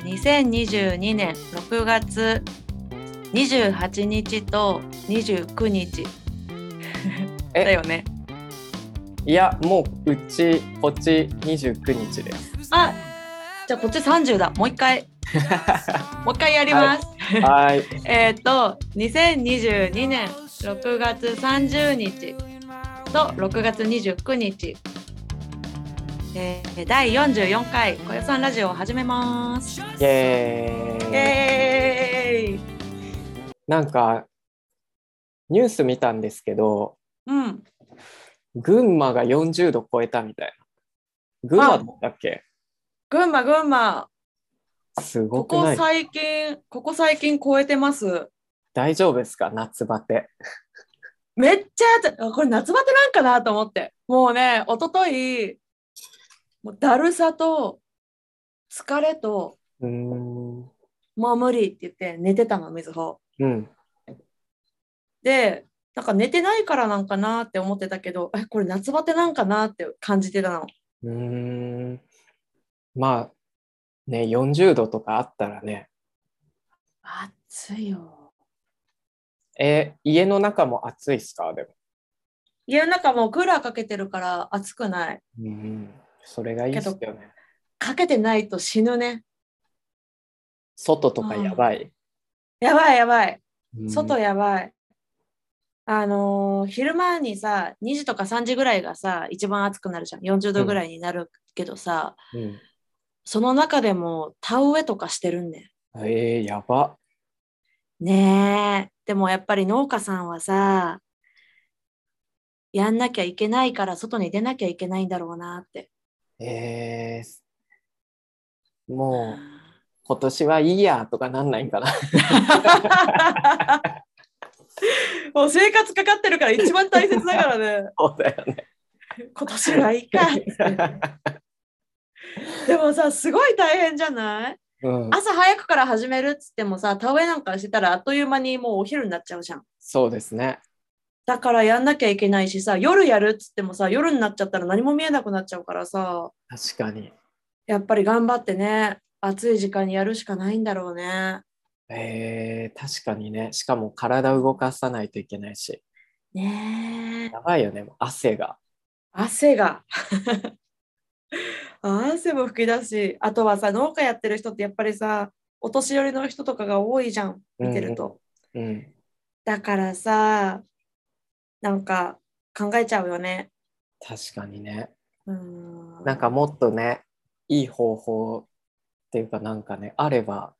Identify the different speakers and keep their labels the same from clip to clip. Speaker 1: 2022年6月28日と29日
Speaker 2: え
Speaker 1: だよね
Speaker 2: いやもううちこっち29日 です。
Speaker 1: あじゃあこっち30だもう一 回もう一回やります、
Speaker 2: はい
Speaker 1: えっと2022年6月30日と6月29日、えー、第44回「こよさんラジオ」を始めます。イ
Speaker 2: イエーイ
Speaker 1: エーイ
Speaker 2: なんかニュース見たんですけど
Speaker 1: うん、
Speaker 2: 群馬が40度超えたみたいな群馬だったっけ
Speaker 1: 群馬群馬
Speaker 2: すご
Speaker 1: こ
Speaker 2: くな
Speaker 1: こ
Speaker 2: い
Speaker 1: 最近ここ最近超えてます
Speaker 2: 大丈夫ですか夏バテ
Speaker 1: めっちゃ暑いあこれ夏バテなんかなと思ってもうね一昨日もうだるさと疲れと
Speaker 2: うーん
Speaker 1: もう無理って言って寝てたのみずほ
Speaker 2: うん
Speaker 1: でなんか寝てないからなんかなって思ってたけどえこれ夏バテなんかなって感じてたの
Speaker 2: うーんまあね40度とかあったらね
Speaker 1: 暑いよ
Speaker 2: え家の中も暑いっすかでも
Speaker 1: 家の中もうクーラーかけてるから暑くない
Speaker 2: うんそれがいいっすよね
Speaker 1: かけてないと死ぬね
Speaker 2: 外とかやばい、
Speaker 1: やばいやばい
Speaker 2: うん
Speaker 1: 外やばい。あのー昼間にさ2時とか3時ぐらいがさ一番暑くなるじゃん40度ぐらいになるけどさ、
Speaker 2: うん
Speaker 1: その中でも田植えとかしてるんね
Speaker 2: えー、やば
Speaker 1: んねえでもやっぱり農家さんはさやんなきゃいけないから外に出なきゃいけないんだろうな って
Speaker 2: えー、もう今年はいいやとかなんないんかな
Speaker 1: もう生活かかってるから一番大切だからね
Speaker 2: そうだよね
Speaker 1: 今年はいいかっつってでもさすごい大変じゃない
Speaker 2: うん、
Speaker 1: 朝早くから始めるっつってもさ田植えなんかしてたらあっという間にもうお昼になっちゃうじゃん
Speaker 2: そうですね
Speaker 1: だからやんなきゃいけないしさ夜やるっつってもさ夜になっちゃったら何も見えなくなっちゃうからさ
Speaker 2: 確かに
Speaker 1: やっぱり頑張ってね暑い時間にやるしかないんだろうね
Speaker 2: えー、確かにねしかも体動かさないといけないし
Speaker 1: ねえ
Speaker 2: やばいよねもう汗が
Speaker 1: 汗が 汗も吹き出すしあとはさ農家やってる人ってやっぱりさお年寄りの人とかが多いじゃん見てると、
Speaker 2: うん
Speaker 1: だからさなんか考えちゃうよね
Speaker 2: 確かにね
Speaker 1: うん
Speaker 2: なんかもっとねいい方法っていうかなんかねあれば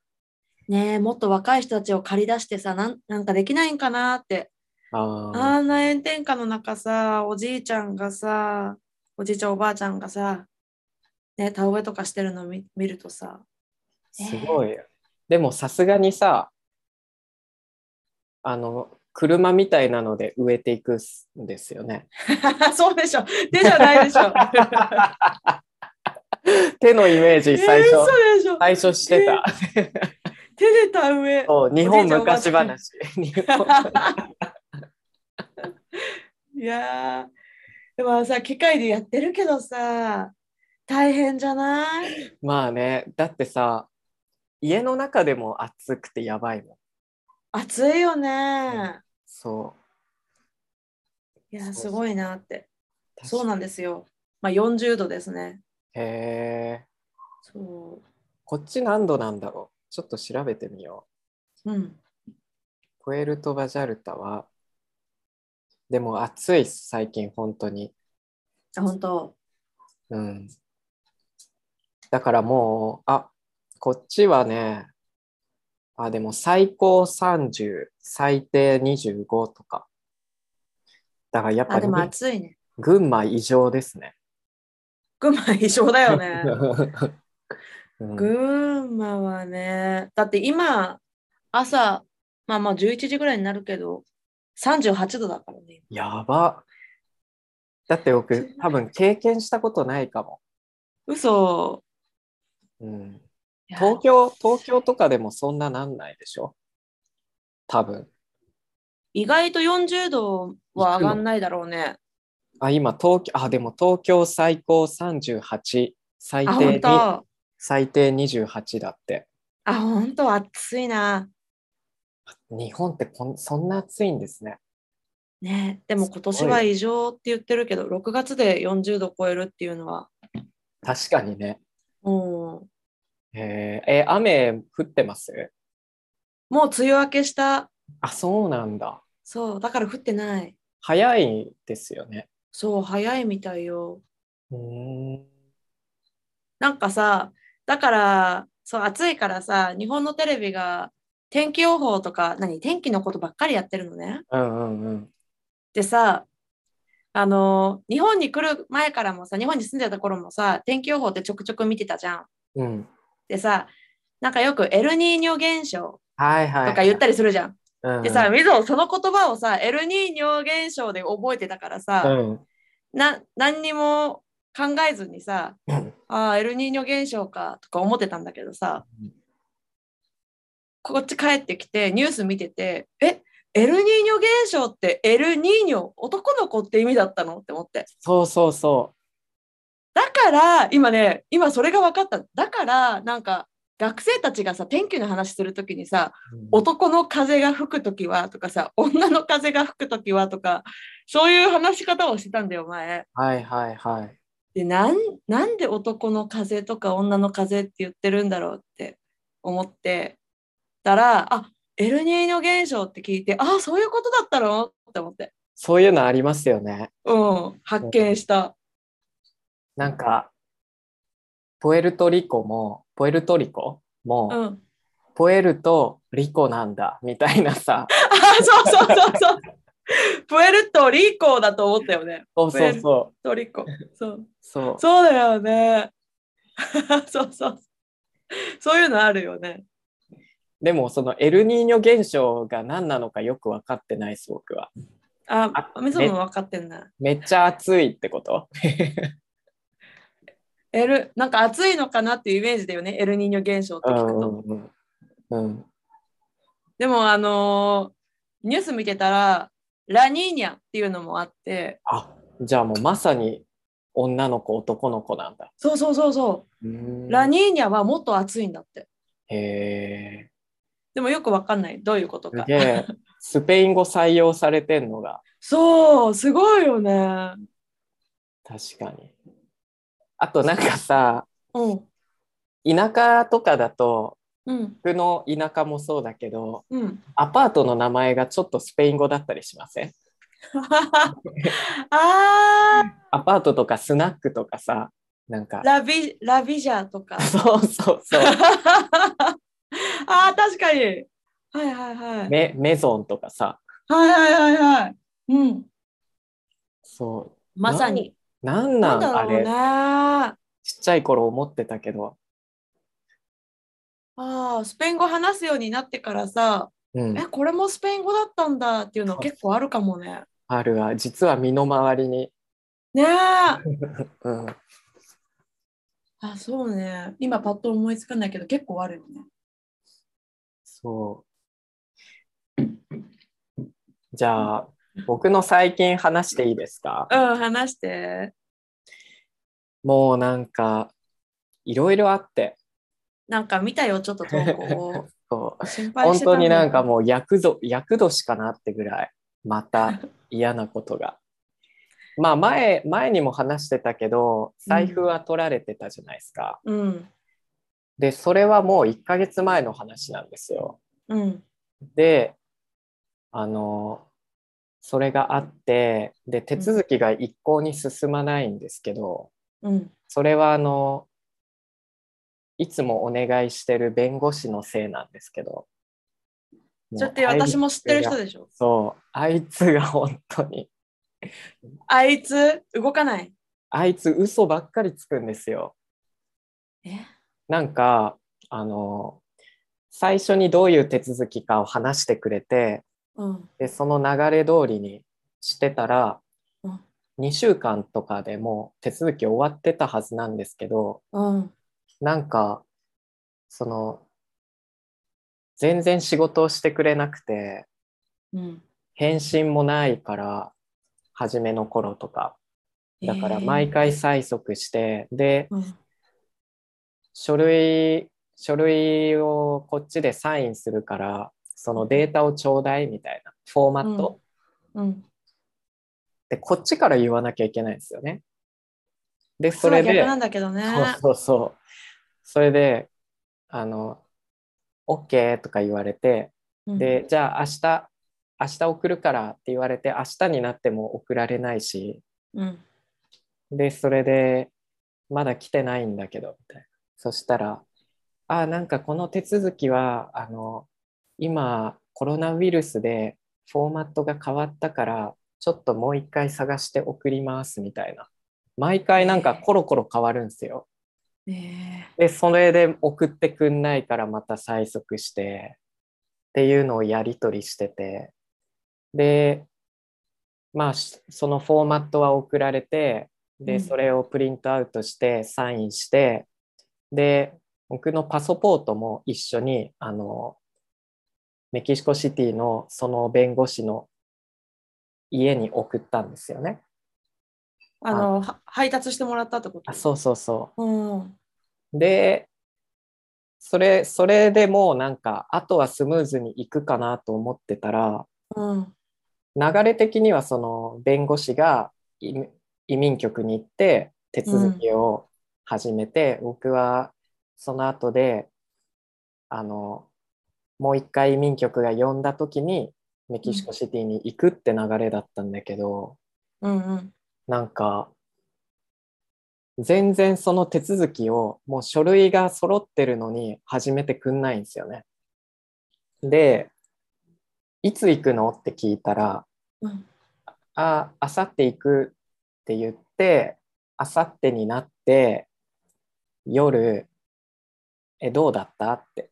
Speaker 1: ねえもっと若い人たちを借り出してさなんなんかできないんかなって
Speaker 2: あー
Speaker 1: あんな炎天下の中さおじいちゃんがさおじいちゃんおばあちゃんがさ、ね、田植えとかしてるの見見るとさ
Speaker 2: すごいよ。でもさすがにさ、あの、車みたいなので植えていくんですよね。
Speaker 1: そうでしょ手じゃないでしょ
Speaker 2: 手のイメージ最初、
Speaker 1: えーそうでしょ
Speaker 2: 最初してた。
Speaker 1: 手で田植え
Speaker 2: そう日本
Speaker 1: お
Speaker 2: 昔
Speaker 1: じい
Speaker 2: 話。 日本
Speaker 1: いやーでもさ機械でやってるけどさ大変じゃない
Speaker 2: まあね、だってさ、家の中でも暑くてやばいもん。
Speaker 1: 暑いよね
Speaker 2: そ
Speaker 1: いや
Speaker 2: そうそう
Speaker 1: すごいなって
Speaker 2: う。
Speaker 1: そうなん
Speaker 2: で
Speaker 1: ですよ。まあ40度ですね。
Speaker 2: す。へえ。
Speaker 1: そ
Speaker 2: こっち何度なんだろう。ちょっと調べてみよう。
Speaker 1: う。うん。
Speaker 2: プエルトバジャルタは、でも暑いっす、最近、本当に。
Speaker 1: あ本当。
Speaker 2: うん。だからもう、あ、こっちはね、あ、でも最高30、最低25とか。だからやっぱ
Speaker 1: あで
Speaker 2: り
Speaker 1: も暑いね。
Speaker 2: 群馬異常ですね。
Speaker 1: 群馬異常だよね。
Speaker 2: うん
Speaker 1: 群馬はね。だって今朝まあまあ11時ぐらいになるけど38度だからね。
Speaker 2: やば。だっ て僕、多分経験したことないかも。
Speaker 1: 嘘。
Speaker 2: うん
Speaker 1: いや
Speaker 2: 東京、東京とかでもそんななんないでしょ多分。
Speaker 1: 意外と40度は上がんないだろうね。
Speaker 2: あ、今、東京、あ、でも東京最高38、最
Speaker 1: あ
Speaker 2: 低
Speaker 1: 本
Speaker 2: に
Speaker 1: 当。
Speaker 2: 最低28だって。
Speaker 1: あ、本当暑いな。
Speaker 2: 日本ってこんそんな暑いんですね。
Speaker 1: ね、でも今年は異常って言ってるけど、6月で40度超えるっていうのは、
Speaker 2: 確かにね。
Speaker 1: うん、
Speaker 2: えーえ雨降ってます
Speaker 1: もう梅雨明けした。
Speaker 2: あ、そうなんだ。
Speaker 1: そう、だから降ってない。
Speaker 2: 早いですよね。
Speaker 1: そう、早いみたいよ。
Speaker 2: うーん。
Speaker 1: なんかさ、だから、そう、暑いからさ、日本のテレビが天気予報とか、何、天気のことばっかりやってるのね。
Speaker 2: うんうんうん。
Speaker 1: でさ、あの、日本に来る前からもさ、日本に住んでた頃もさ、天気予報ってちょくちょく見てたじゃん。
Speaker 2: うん。
Speaker 1: でさ、なんかよくエルニーニョ現象
Speaker 2: はいはい。
Speaker 1: とか言ったりするじゃん。
Speaker 2: うんうん
Speaker 1: でさ、みぞその言葉をさ、エルニーニョ現象で覚えてたから
Speaker 2: う
Speaker 1: さ、
Speaker 2: ん。
Speaker 1: な何にも考えずにさ、ああ、エルニーニョ現象かとか思ってたんだけどさ、
Speaker 2: うん
Speaker 1: こっち帰ってきてニュース見てて、えエルニーニョ現象ってエルニーニョ男の子って意味だったのって思って。
Speaker 2: そうそうそ
Speaker 1: だから今ね、今それが分かった。だからなんか学生たちがさ、天気の話するときにさ、
Speaker 2: う。うん
Speaker 1: 男の風が吹くときはとかさ、女の風が吹くときはとか、そういう話し方をしてたんだよ、前。
Speaker 2: はいはいはい。
Speaker 1: で、なん、なんで男の風とか女の風って言ってるんだろうって思ってたら、あ、エルニーニョ現象って聞いて、あ、そういうことだったのって思って。
Speaker 2: そういうのありますよね。
Speaker 1: うん、発見した。
Speaker 2: なんか、ポエルトリコも、ポエルトリコも、
Speaker 1: うん。
Speaker 2: ポエルトリコなんだみたいな さ、
Speaker 1: あ、そうそうそうそう。プエルトリコだと思ったよね。
Speaker 2: そうそうそう、
Speaker 1: トリコ。そう。
Speaker 2: そう
Speaker 1: そうだよね。 そうそう。そういうのあるよね。
Speaker 2: でもそのエルニーニョ現象が何なのかよく分かってないです僕は。
Speaker 1: あ、
Speaker 2: あ
Speaker 1: みそも分かってんな。
Speaker 2: めっちゃ暑いってこと
Speaker 1: エル、なんか暑いのかなっていうイメージだよね。エルニーニョ現象って
Speaker 2: う
Speaker 1: 聞く
Speaker 2: んう
Speaker 1: と。
Speaker 2: んうんうん、
Speaker 1: でも、あのーニュース見てたら、ラニーニャっていうのもあって、
Speaker 2: あじゃあもうまさに女の子男の子なんだ。
Speaker 1: そうそうそうそう。ラニーニャはもっと暑いんだって。
Speaker 2: へえ
Speaker 1: でもよく分かんない。どういうこと
Speaker 2: す
Speaker 1: か
Speaker 2: げ。えスペイン語採用されてんのが
Speaker 1: そう、すごいよね。
Speaker 2: 確かに。あとなんかさ
Speaker 1: うん。
Speaker 2: 田舎とかだと
Speaker 1: うん。
Speaker 2: 僕の田舎もそうだけど
Speaker 1: うん。
Speaker 2: アパートの名前がちょっとスペイン語だったりしません
Speaker 1: あー、
Speaker 2: アパートとかスナックとかさ、なんか、
Speaker 1: ラビ、ラビジャーとか。
Speaker 2: そうそうそ
Speaker 1: ああ確かに。はいはいは
Speaker 2: う、
Speaker 1: い。
Speaker 2: メメゾンとかさ、
Speaker 1: はいはいはいはい。うん。
Speaker 2: そ
Speaker 1: まさに。
Speaker 2: う、なん
Speaker 1: な
Speaker 2: なんん
Speaker 1: だ
Speaker 2: あ
Speaker 1: ろう
Speaker 2: れ、
Speaker 1: ね。あ
Speaker 2: ちっちゃい頃思ってたけど、
Speaker 1: あ、スペイン語話すようになってからさ、
Speaker 2: うん
Speaker 1: え、、これもスペイン語だったんだっていうの結構あるかもね。
Speaker 2: あるわ、実は身の回りに、
Speaker 1: ねえ。
Speaker 2: うん、
Speaker 1: あ、そうね。今パッと思いつかないけど結構あるよね。
Speaker 2: そう。じゃあ、僕の最近話していいですか
Speaker 1: うん、話して。
Speaker 2: もうなんか、いろいろあって、
Speaker 1: なんか見たよ、ちょっと投稿
Speaker 2: そう
Speaker 1: を。心配
Speaker 2: 本
Speaker 1: してた
Speaker 2: 当になんか
Speaker 1: う。
Speaker 2: もう厄ぞ厄年かなってぐらいまた嫌なことが。まあ前前にも話してたけど財布は取られてたじゃないですか。
Speaker 1: うん。
Speaker 2: でそれはもう1ヶ月前の話なんですよ。
Speaker 1: うん。
Speaker 2: であのそれがあってで手続きが一向に進まないんですけど
Speaker 1: うん。
Speaker 2: それはあのいつもお願いしてる弁護士のせいなんですけど。
Speaker 1: ちょっと私も知ってる人でしょ。
Speaker 2: そう、あいつが本当に、
Speaker 1: あいつ、動かない。
Speaker 2: あいつ嘘ばっかりつくんですよ。
Speaker 1: え
Speaker 2: なんか、あの、最初にどういう手続きかを話してくれて、
Speaker 1: うん。
Speaker 2: で、その流れ通りにしてたら
Speaker 1: うん、
Speaker 2: 2週間とかでもう手続き終わってたはずなんですけど、
Speaker 1: うん。
Speaker 2: なんか、その、全然仕事をしてくれなくて、
Speaker 1: うん。
Speaker 2: 返信もないから、初めの頃とか。だから毎回催促して、で、
Speaker 1: うん。
Speaker 2: 書類、書類をこっちでサインするから、そのデータをちょうだいみたいなフォーマット、
Speaker 1: うん。
Speaker 2: でこっちから言わなきゃいけないんですよね。で、そ
Speaker 1: れ
Speaker 2: れ
Speaker 1: は逆
Speaker 2: で、
Speaker 1: なんだけどね。
Speaker 2: そうそうそう。それで、あの、OK とか言われて、
Speaker 1: うん
Speaker 2: で、じゃあ明日、明日送るからって言われて、明日になっても送られないし、
Speaker 1: うん。
Speaker 2: で、それで、まだ来てないんだけど、みたいな。そしたら、あ、なんかこの手続きは、あの、今、コロナウイルスでフォーマットが変わったから、ちょっともう一回探して送ります、みたいな。毎回なんかコロコロ変わるんですよ。
Speaker 1: ね
Speaker 2: で、それで送ってくんないからまた催促して、っていうのをやり取りしてて、で、まあ、しそのフォーマットは送られて、
Speaker 1: う
Speaker 2: で、
Speaker 1: ん
Speaker 2: それをプリントアウトして、サインして、で、僕のパソポートも一緒に、あの、メキシコシティのその弁護士の家に送ったんですよね。
Speaker 1: えあのは配達してもらったってこと
Speaker 2: あ、そうそうそう。
Speaker 1: うん。
Speaker 2: で、それ、それでもうなんか、あとはスムーズにいくかなと思ってたら、
Speaker 1: うん。
Speaker 2: 流れ的にはその弁護士が移民移民局に行って手続きを始めて、僕はその後で、あの、もう一回移民局が呼んだ時にメキシコシティに行くって流れだったんだけど、
Speaker 1: うんうん。
Speaker 2: なんか、全然その手続きを、もう書類が揃ってるのに始めてくんないんですよね。で、いつ行くのって聞いたら、
Speaker 1: うん
Speaker 2: あ、あさって行くって言って、あさってになって、夜、え、どうだったって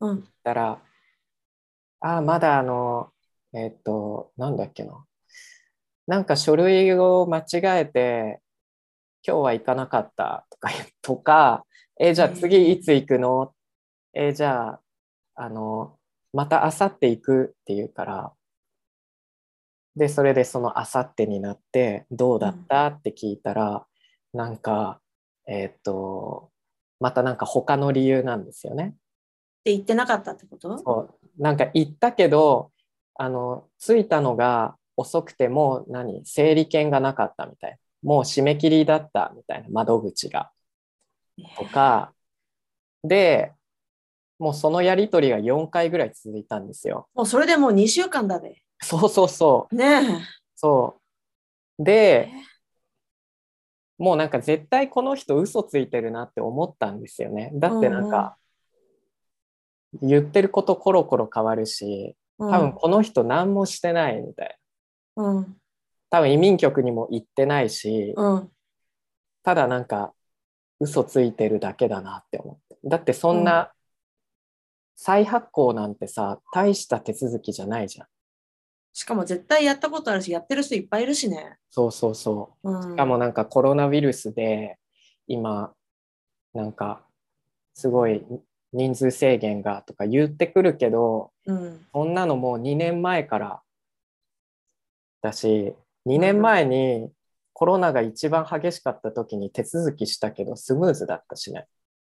Speaker 1: うん。
Speaker 2: 言ったら、あ、まだあの、えっと、なんだっけな。なんか書類を間違えて、今日は行かなかったとか、 とか、え、じゃあ次いつ行くのえ、じゃあ、あの、また明後日行くって言うから、で、それでその明後日になって、どうだったって聞いたら、なんか、えっと、またなんか他の理由なんですよね。
Speaker 1: って言ってなかったってこと
Speaker 2: そうなんか行ったけどあの着いたのが遅くてもう何整理券がなかったみたいもう締め切りだったみたいな窓口がとかでもうそのやり取りが4回ぐらい続いたんですよ。
Speaker 1: もうそれでもう2週間だべ。
Speaker 2: そうそうそう
Speaker 1: ね
Speaker 2: そう
Speaker 1: え
Speaker 2: で。もうなんか絶対この人嘘ついてるなって思ったんですよね。だってなんか、言ってることコロコロ変わるし
Speaker 1: うん
Speaker 2: 多分この人何もしてないみたいな。
Speaker 1: うん。
Speaker 2: 多分移民局にも行ってないし、
Speaker 1: うん。
Speaker 2: ただなんか嘘ついてるだけだなって思ってだってそんな再発行なんてさ大した手続きじゃないじゃん
Speaker 1: しかも絶対やったことあるし、やってる人いっぱいいるしね。
Speaker 2: そうそうそう
Speaker 1: うん。
Speaker 2: しかもなんかコロナウイルスで今なんかすごい人数制限がとか言ってくるけど
Speaker 1: うん。
Speaker 2: そんなのもう2年前からだし2年前にコロナが一番激しかった時に手続きしたけどスムーズだったしね。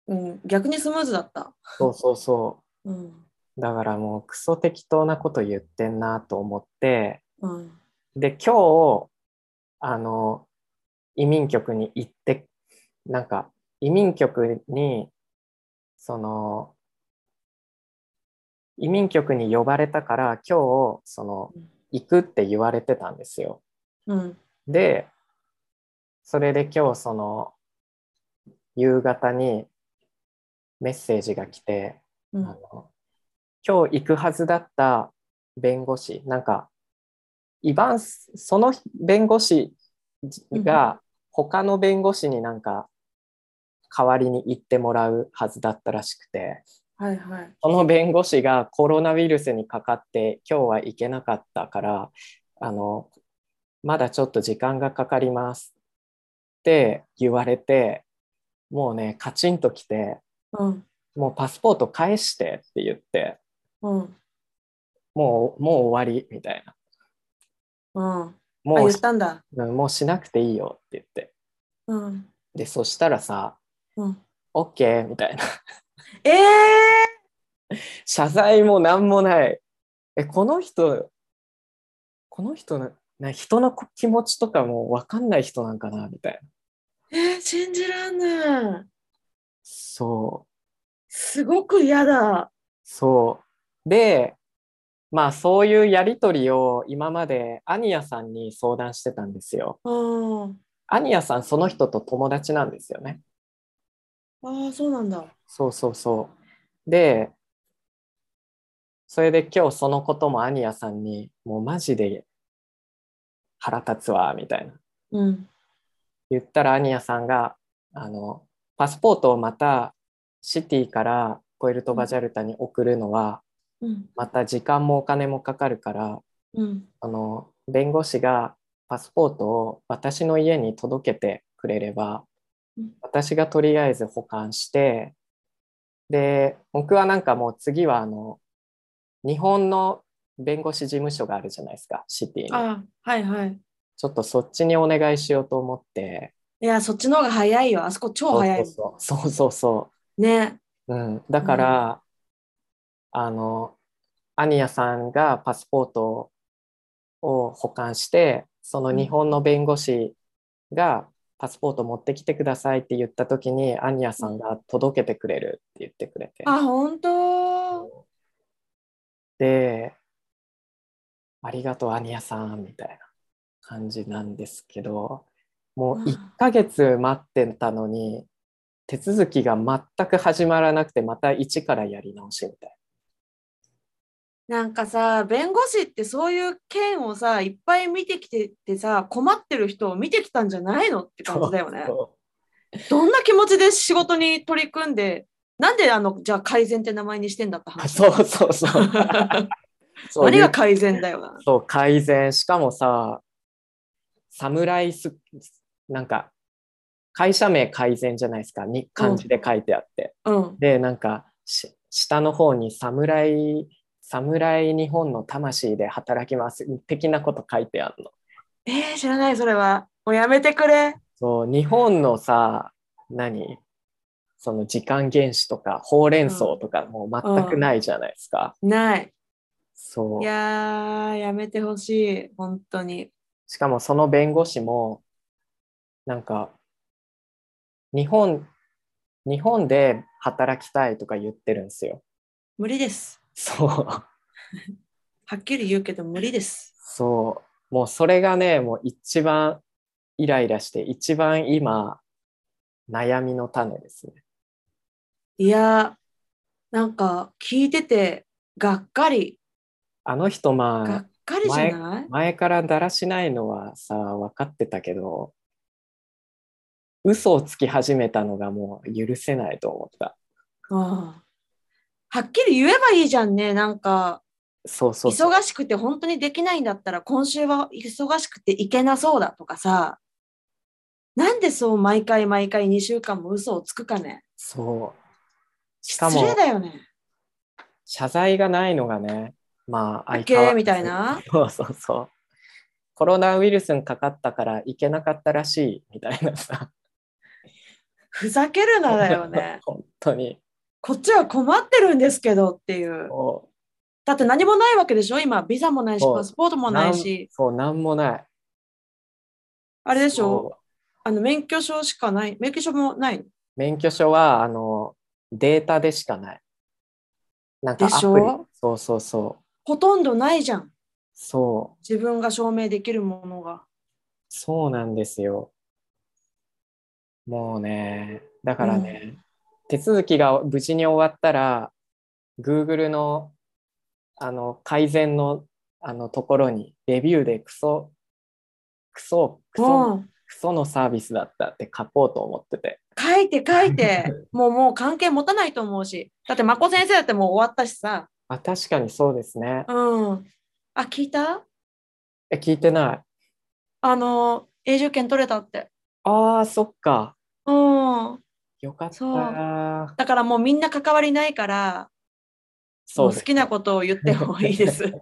Speaker 1: うん。逆にスムーズだった。
Speaker 2: そうそうそ
Speaker 1: うん。
Speaker 2: う。だからもうクソ適当なこと言ってんなと思って
Speaker 1: うん。
Speaker 2: で今日あの移民局に行ってなんか移民局にその移民局に呼ばれたから今日その行くって言われてたんですよ。
Speaker 1: うん。
Speaker 2: で、それで今日その夕方にメッセージが来て、
Speaker 1: う
Speaker 2: あ
Speaker 1: ん。
Speaker 2: の今日行くはずだった弁護士、なんか、イバンス、その弁護士が他の弁護士になんか代わりに行ってもらうはずだったらしくて、
Speaker 1: はいはい。
Speaker 2: その弁護士がコロナウイルスにかかって今日は行けなかったからあのまだちょっと時間がかかりますって言われてもうねカチンと来て
Speaker 1: うん。
Speaker 2: もうパスポート返してって言って
Speaker 1: うん。
Speaker 2: もうもう終わりみたいな
Speaker 1: うん。あ、
Speaker 2: も
Speaker 1: 言
Speaker 2: う
Speaker 1: っ
Speaker 2: した
Speaker 1: んだ。
Speaker 2: うんもうしなくていいよって言って
Speaker 1: うん。
Speaker 2: でそしたらさ
Speaker 1: うん。
Speaker 2: OK みたいな
Speaker 1: ええ
Speaker 2: 謝罪も何もない。え、この人、この人な、な人の気持ちとかも分かんない人なんかなみたいな。
Speaker 1: えー信じらんない。
Speaker 2: そう、
Speaker 1: すごく嫌だ。
Speaker 2: そう。で、まあそういうやりとりを今までアニヤさんに相談してたんですよ。
Speaker 1: うん。
Speaker 2: アニヤさんその人と友達なんですよね。
Speaker 1: ああ、そうなんだ。
Speaker 2: そうそうそう。で、それで今日そのこともアニヤさんに、もうマジで腹立つわ、みたいな。
Speaker 1: うん。
Speaker 2: 言ったらアニヤさんが、あの、パスポートをまたシティからプエルトバジャルタに送るのは、
Speaker 1: うん。
Speaker 2: また時間もお金もかかるから、
Speaker 1: うん。
Speaker 2: あの、弁護士がパスポートを私の家に届けてくれれば
Speaker 1: うん、
Speaker 2: 私がとりあえず保管して、で、僕はなんかもう次はあの、日本の弁護士事務所があるじゃないですか、シティに。
Speaker 1: ああ、はいはい。
Speaker 2: ちょっとそっちにお願いしようと思って。
Speaker 1: いや、そっちの方が早いよ。あそこ超早い。
Speaker 2: そうそうそうそうそ
Speaker 1: ね。
Speaker 2: う。うん。だから、あの、アニヤさんがパスポートを保管して、その日本の弁護士がパスポート持ってきてくださいって言った時に、アニヤさんが届けてくれるって言ってくれて。
Speaker 1: あ、本当。
Speaker 2: で、ありがとう、アニヤさん、みたいな感じなんですけど、もう
Speaker 1: うん
Speaker 2: 1ヶ月待ってたのに、手続きが全く始まらなくて、また一からやり直しみたい
Speaker 1: なんかさ、弁護士ってそういう件をさ、いっぱい見てきててさ、困ってる人を見てきたんじゃないのって
Speaker 2: な。
Speaker 1: 感じだよね。
Speaker 2: そう
Speaker 1: どんな気持ちで仕事に取り組んで、なんであの、じゃあ改善って名前にしてんだって話。
Speaker 2: そうそう そう。 そう
Speaker 1: 何が改善だよな。
Speaker 2: そう改善。しかもさ、侍す、なんか、会社名改善じゃないですか。に漢字で書いてあって。
Speaker 1: うん。
Speaker 2: で、なんかし、下の方に侍、侍日本の魂で働きます、的なこと書いてあるの。
Speaker 1: えー、知らない、それは。もうやめてくれ。
Speaker 2: そう、日本のさ、何その時間原始とか、ほうれん草とか、もう全くないじゃないですか。
Speaker 1: ない。
Speaker 2: そ。
Speaker 1: いうやー、やめてほしい。本当に。
Speaker 2: しかもその弁護士も、なんか、日本、日本で働きたいとか言ってるんですよ。
Speaker 1: 無理です。
Speaker 2: そう。
Speaker 1: はっきり言うけど無理です。
Speaker 2: そう、もうそれがね、もう一番イライラして、一番今、悩みの種ですね。
Speaker 1: いやー、なんか聞いてて、がっかり。
Speaker 2: あの人、
Speaker 1: が
Speaker 2: まあ
Speaker 1: っ、かりじゃない
Speaker 2: 前からだらしないのはさ、分かってたけど、嘘をつき始めたのがもう許せないと思った。
Speaker 1: うんはっきり言えばいいじゃんね。なんか、
Speaker 2: そうそうそう。
Speaker 1: 忙しくて本当にできないんだったら、今週は忙しくて行けなそうだとかさ。なんでそう毎回毎回2週間も嘘をつくかね。
Speaker 2: そう。しか
Speaker 1: 失
Speaker 2: も
Speaker 1: 礼、だよね。
Speaker 2: 謝罪がないのがね、まあ、
Speaker 1: い
Speaker 2: 相変わら
Speaker 1: け
Speaker 2: ず
Speaker 1: みたい。な。
Speaker 2: そうそうそう。コロナウイルスにかかったから行けなかったらしい、みたいなさ。。
Speaker 1: ふざけるなだよね
Speaker 2: 本当に。
Speaker 1: こっちは困ってるんですけどっていう。
Speaker 2: も
Speaker 1: だって何もないわけでしょ今、ビザもないし、
Speaker 2: そう
Speaker 1: パスポート
Speaker 2: う
Speaker 1: もないし、
Speaker 2: そう、なんもない。
Speaker 1: あれでしょ
Speaker 2: そう
Speaker 1: あの免許証しかない、免許証もないの
Speaker 2: 免許証は、あの、データでしかない。なんかアプ
Speaker 1: でしょ
Speaker 2: リ。そうそうそう。
Speaker 1: ほとんどないじゃん。
Speaker 2: そう、
Speaker 1: 自分が証明できるものが。
Speaker 2: そうなんですよ。もうね、だからね、手続きが無事に終わったら、Google の、あの、改善の、あの、ところに、レビューでクソ、クソ、ク
Speaker 1: う
Speaker 2: ソ、
Speaker 1: ん。
Speaker 2: クソのサービスだったって書こうと思ってて。
Speaker 1: 書いて書いて、 もうもう関係持たないと思うし。だって、まこ先生だってもう終わったしさ。
Speaker 2: あ、確かにそうですね。
Speaker 1: うん。あ、聞いた
Speaker 2: え、聞いてない。
Speaker 1: あの、永住権取れたって。
Speaker 2: ああ、そっか。
Speaker 1: うん。
Speaker 2: よかった。
Speaker 1: そう
Speaker 2: そう
Speaker 1: だからもうみんな関わりないから、もう
Speaker 2: です
Speaker 1: 好きなことを言ってもいいです。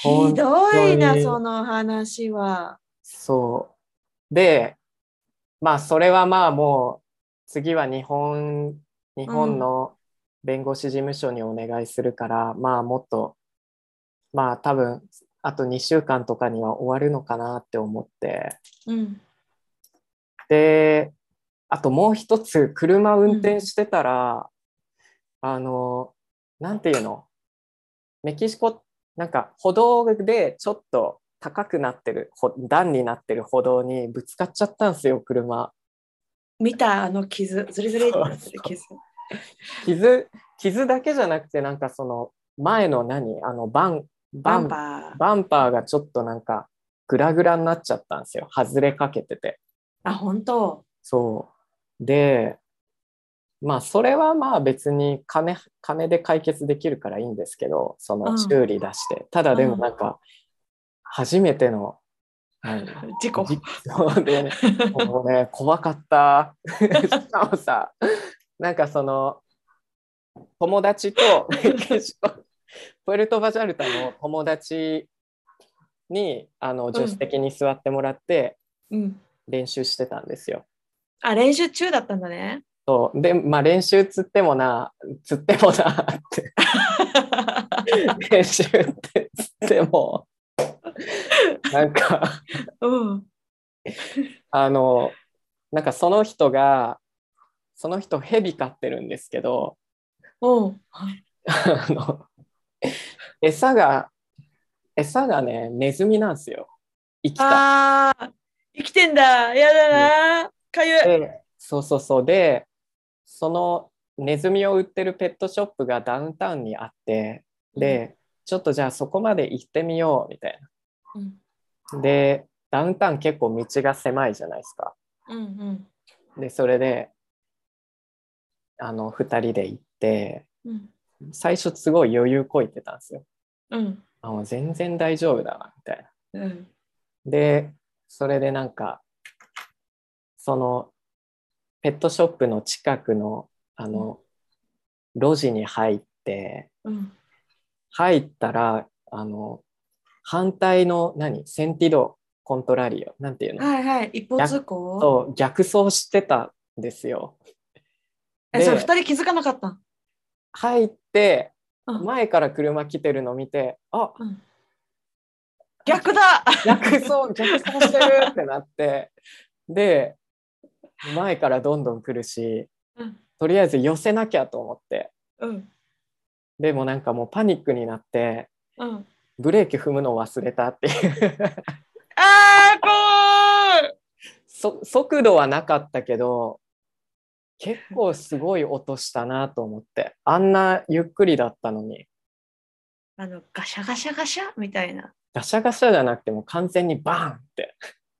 Speaker 2: ほ
Speaker 1: ひ
Speaker 2: んと
Speaker 1: どいな、
Speaker 2: に
Speaker 1: その話は。
Speaker 2: そう。で、まあ、それはまあも次は日本日本の弁護士事務所にお願いするから、まあもっとまあ多分あと2週間とかには終わるのかなって思って
Speaker 1: うん。
Speaker 2: であともう一つ車運転してたら、あのなんていうのメキシコなんか歩道でちょっと高くなってるほ段になってる歩道にぶつかっちゃったんですよ車。
Speaker 1: 見たあの傷、ずりずりってなってる傷。
Speaker 2: 傷傷だけじゃなくてなんかその前の何あのバン
Speaker 1: バ
Speaker 2: バン
Speaker 1: ンパー。
Speaker 2: バンパーがちょっとなんかグラグラになっちゃったんですよ外れかけてて
Speaker 1: あ、本当。
Speaker 2: そうでまあそれはまあ別に金金で解決できるからいいんですけどそうの
Speaker 1: ん
Speaker 2: 修理出して、ただでもなんか初めての、何
Speaker 1: 事故。
Speaker 2: じそうで、ね、もう ね、怖かった。しかもさ、なんかその、友達 と、メキシコプエルトバジャルタの友達に、あの、助手席に座ってもらって、
Speaker 1: うん。
Speaker 2: 練習してたんですよ。
Speaker 1: あ、練習中だったんだね。
Speaker 2: そうで、まあ、練習つってもな、つってもなって、 練習ってつっても、なんか、
Speaker 1: うん。
Speaker 2: あの、なんかその人が、その人ヘビ飼ってるんですけど、
Speaker 1: うん。
Speaker 2: あの、餌が、餌がね、ネズミなんですよ。生きた。
Speaker 1: ああ。生きてんだ。やだな。かゆい。
Speaker 2: で、そうそうそう。で、そのネズミを売ってるペットショップがダウンタウンにあって、で、ちょっとじゃあそこまで行ってみようみたい
Speaker 1: うん。
Speaker 2: な。で、ダウンタウン結構道が狭いじゃないですか。
Speaker 1: うん。うん。
Speaker 2: で、それで、あの、2人で行って、
Speaker 1: うん。
Speaker 2: 最初すごい余裕こいてたんですよ。
Speaker 1: うん。
Speaker 2: あもう全然大丈夫だなみたいな。
Speaker 1: うん。
Speaker 2: でそれでなんかそのペットショップの近くのあの路地に入って
Speaker 1: うん。
Speaker 2: 入ったらあの反対の何センティドコントラリオなんていうの、
Speaker 1: はいはい。一方通行。
Speaker 2: と逆走してたんですよ。
Speaker 1: え、それ
Speaker 2: で
Speaker 1: 二人気づかなかったん。
Speaker 2: 入って
Speaker 1: うん
Speaker 2: 前から車来てるの見てあ
Speaker 1: うん逆だ。
Speaker 2: 逆走 逆走してるってなってで前からどんどん来るし
Speaker 1: うん。
Speaker 2: とりあえず寄せなきゃと思って
Speaker 1: うん。
Speaker 2: でもなんかもうパニックになって
Speaker 1: うん。
Speaker 2: ブレーキ踏むの忘れたっていう
Speaker 1: ああ、怖い。
Speaker 2: そ速度はなかったけど結構すごい音したなと思ってあんなゆっくりだったのに
Speaker 1: あの、ガシャガシャガシャみたいな。
Speaker 2: ガシャガシャじゃなくてもう完全にバーンって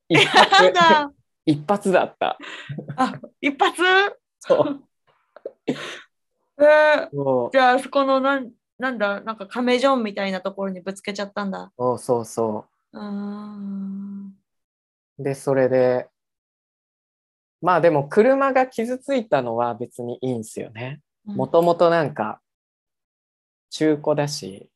Speaker 2: 一
Speaker 1: や
Speaker 2: 発
Speaker 1: だ。
Speaker 2: 一発だった
Speaker 1: 一発。
Speaker 2: そう
Speaker 1: えー、
Speaker 2: そう
Speaker 1: じゃあ、あそこのなん、なんだ、なんか亀ジョンみたいなところにぶつけちゃったんだ。
Speaker 2: そうそうそう
Speaker 1: うーん。
Speaker 2: で、それで、まあでも車が傷ついたのは別にいいんですよね。もともとなんか中古だし、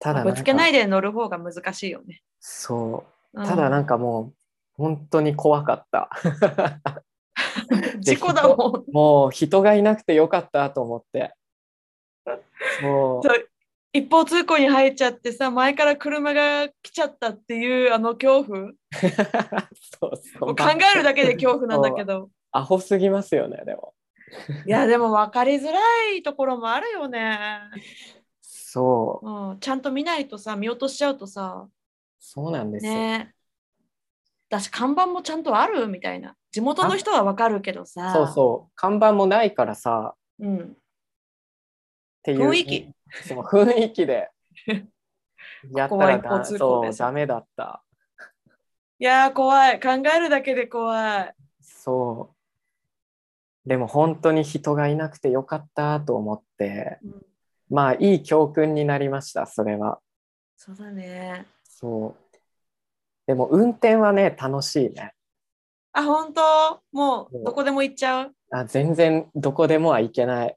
Speaker 2: ただ
Speaker 1: ぶつけない
Speaker 2: い
Speaker 1: で乗る方が難しいよね。
Speaker 2: そう、た だなんかもう本当に怖かった。
Speaker 1: うん、事故だもん。
Speaker 2: もう人がいなくてよかったと思って。もう
Speaker 1: そ、う一方通行に入っちゃってさ、前から車が来ちゃったっていうあの恐怖。
Speaker 2: そうそ
Speaker 1: も
Speaker 2: う
Speaker 1: う考えるだけで恐怖なんだけど。
Speaker 2: アホすぎますよね、でも。
Speaker 1: いや、でも分かりづらいところもあるよね。
Speaker 2: そう、
Speaker 1: うん、ちゃんと見ないとさ、見落としちゃうとさ、
Speaker 2: そうなんですよ。
Speaker 1: ねだし、看板もちゃんとあるみたいな。地元の人は分かるけどさ、
Speaker 2: そうそう、看板もないからさ、
Speaker 1: うん、
Speaker 2: っていう
Speaker 1: 雰囲気
Speaker 2: その雰囲気でやったら
Speaker 1: ここは一方
Speaker 2: だ
Speaker 1: 通行
Speaker 2: そ
Speaker 1: で
Speaker 2: う
Speaker 1: す
Speaker 2: ダメだった
Speaker 1: いやー、怖い。考えるだけで怖い。
Speaker 2: そうでも本当に人がいなくてよかったと思って
Speaker 1: うん、
Speaker 2: まあいい教訓になりましたそれは
Speaker 1: そうだね。
Speaker 2: そうでも運転はね楽しいね
Speaker 1: あ、本当も
Speaker 2: そう
Speaker 1: うどこでも行っちゃう。
Speaker 2: あ全然どこでもは行けない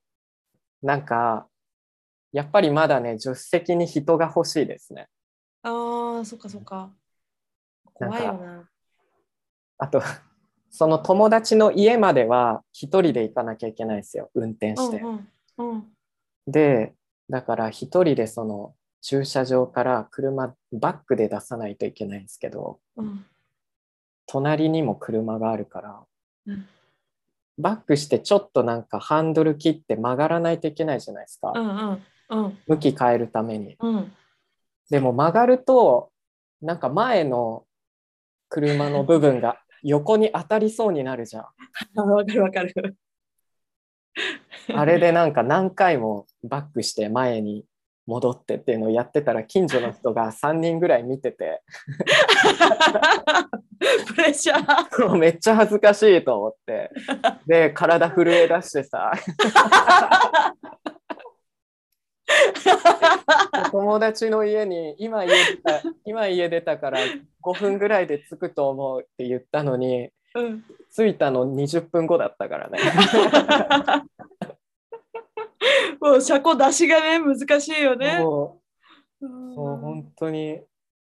Speaker 2: なんかやっぱりまだね助手席に人が欲しいですね
Speaker 1: ああ、そっかそっか。怖いよな。
Speaker 2: あと その友達の家までは一人で行かなきゃいけないんですよ、運転
Speaker 1: う
Speaker 2: し
Speaker 1: ん
Speaker 2: て。
Speaker 1: うんうん
Speaker 2: で、だから一人でその駐車場から車バックで出さないといけないんですけど、
Speaker 1: うん
Speaker 2: 隣にも車があるから
Speaker 1: うん、
Speaker 2: バックしてちょっとなんかハンドル切って曲がらないといけないじゃないですか
Speaker 1: う。んうん
Speaker 2: 向き変えるために。
Speaker 1: うん
Speaker 2: でも曲がると、なんか前の車の部分が横に当たりそうになるじゃん。
Speaker 1: あわかるわかる
Speaker 2: あれでなんか何回もバックして前に戻ってっていうのをやってたら近所の人が3人ぐらい見てて
Speaker 1: プレッシャー
Speaker 2: めっちゃ恥ずかしいと思ってで体震え出してさ友達の家に今家出た今家出たから5分ぐらいで着くと思うって言ったのに
Speaker 1: うん
Speaker 2: 着いたの20分後だったからね
Speaker 1: もう車庫出しがね難しいよね
Speaker 2: も
Speaker 1: うん
Speaker 2: うもう本当に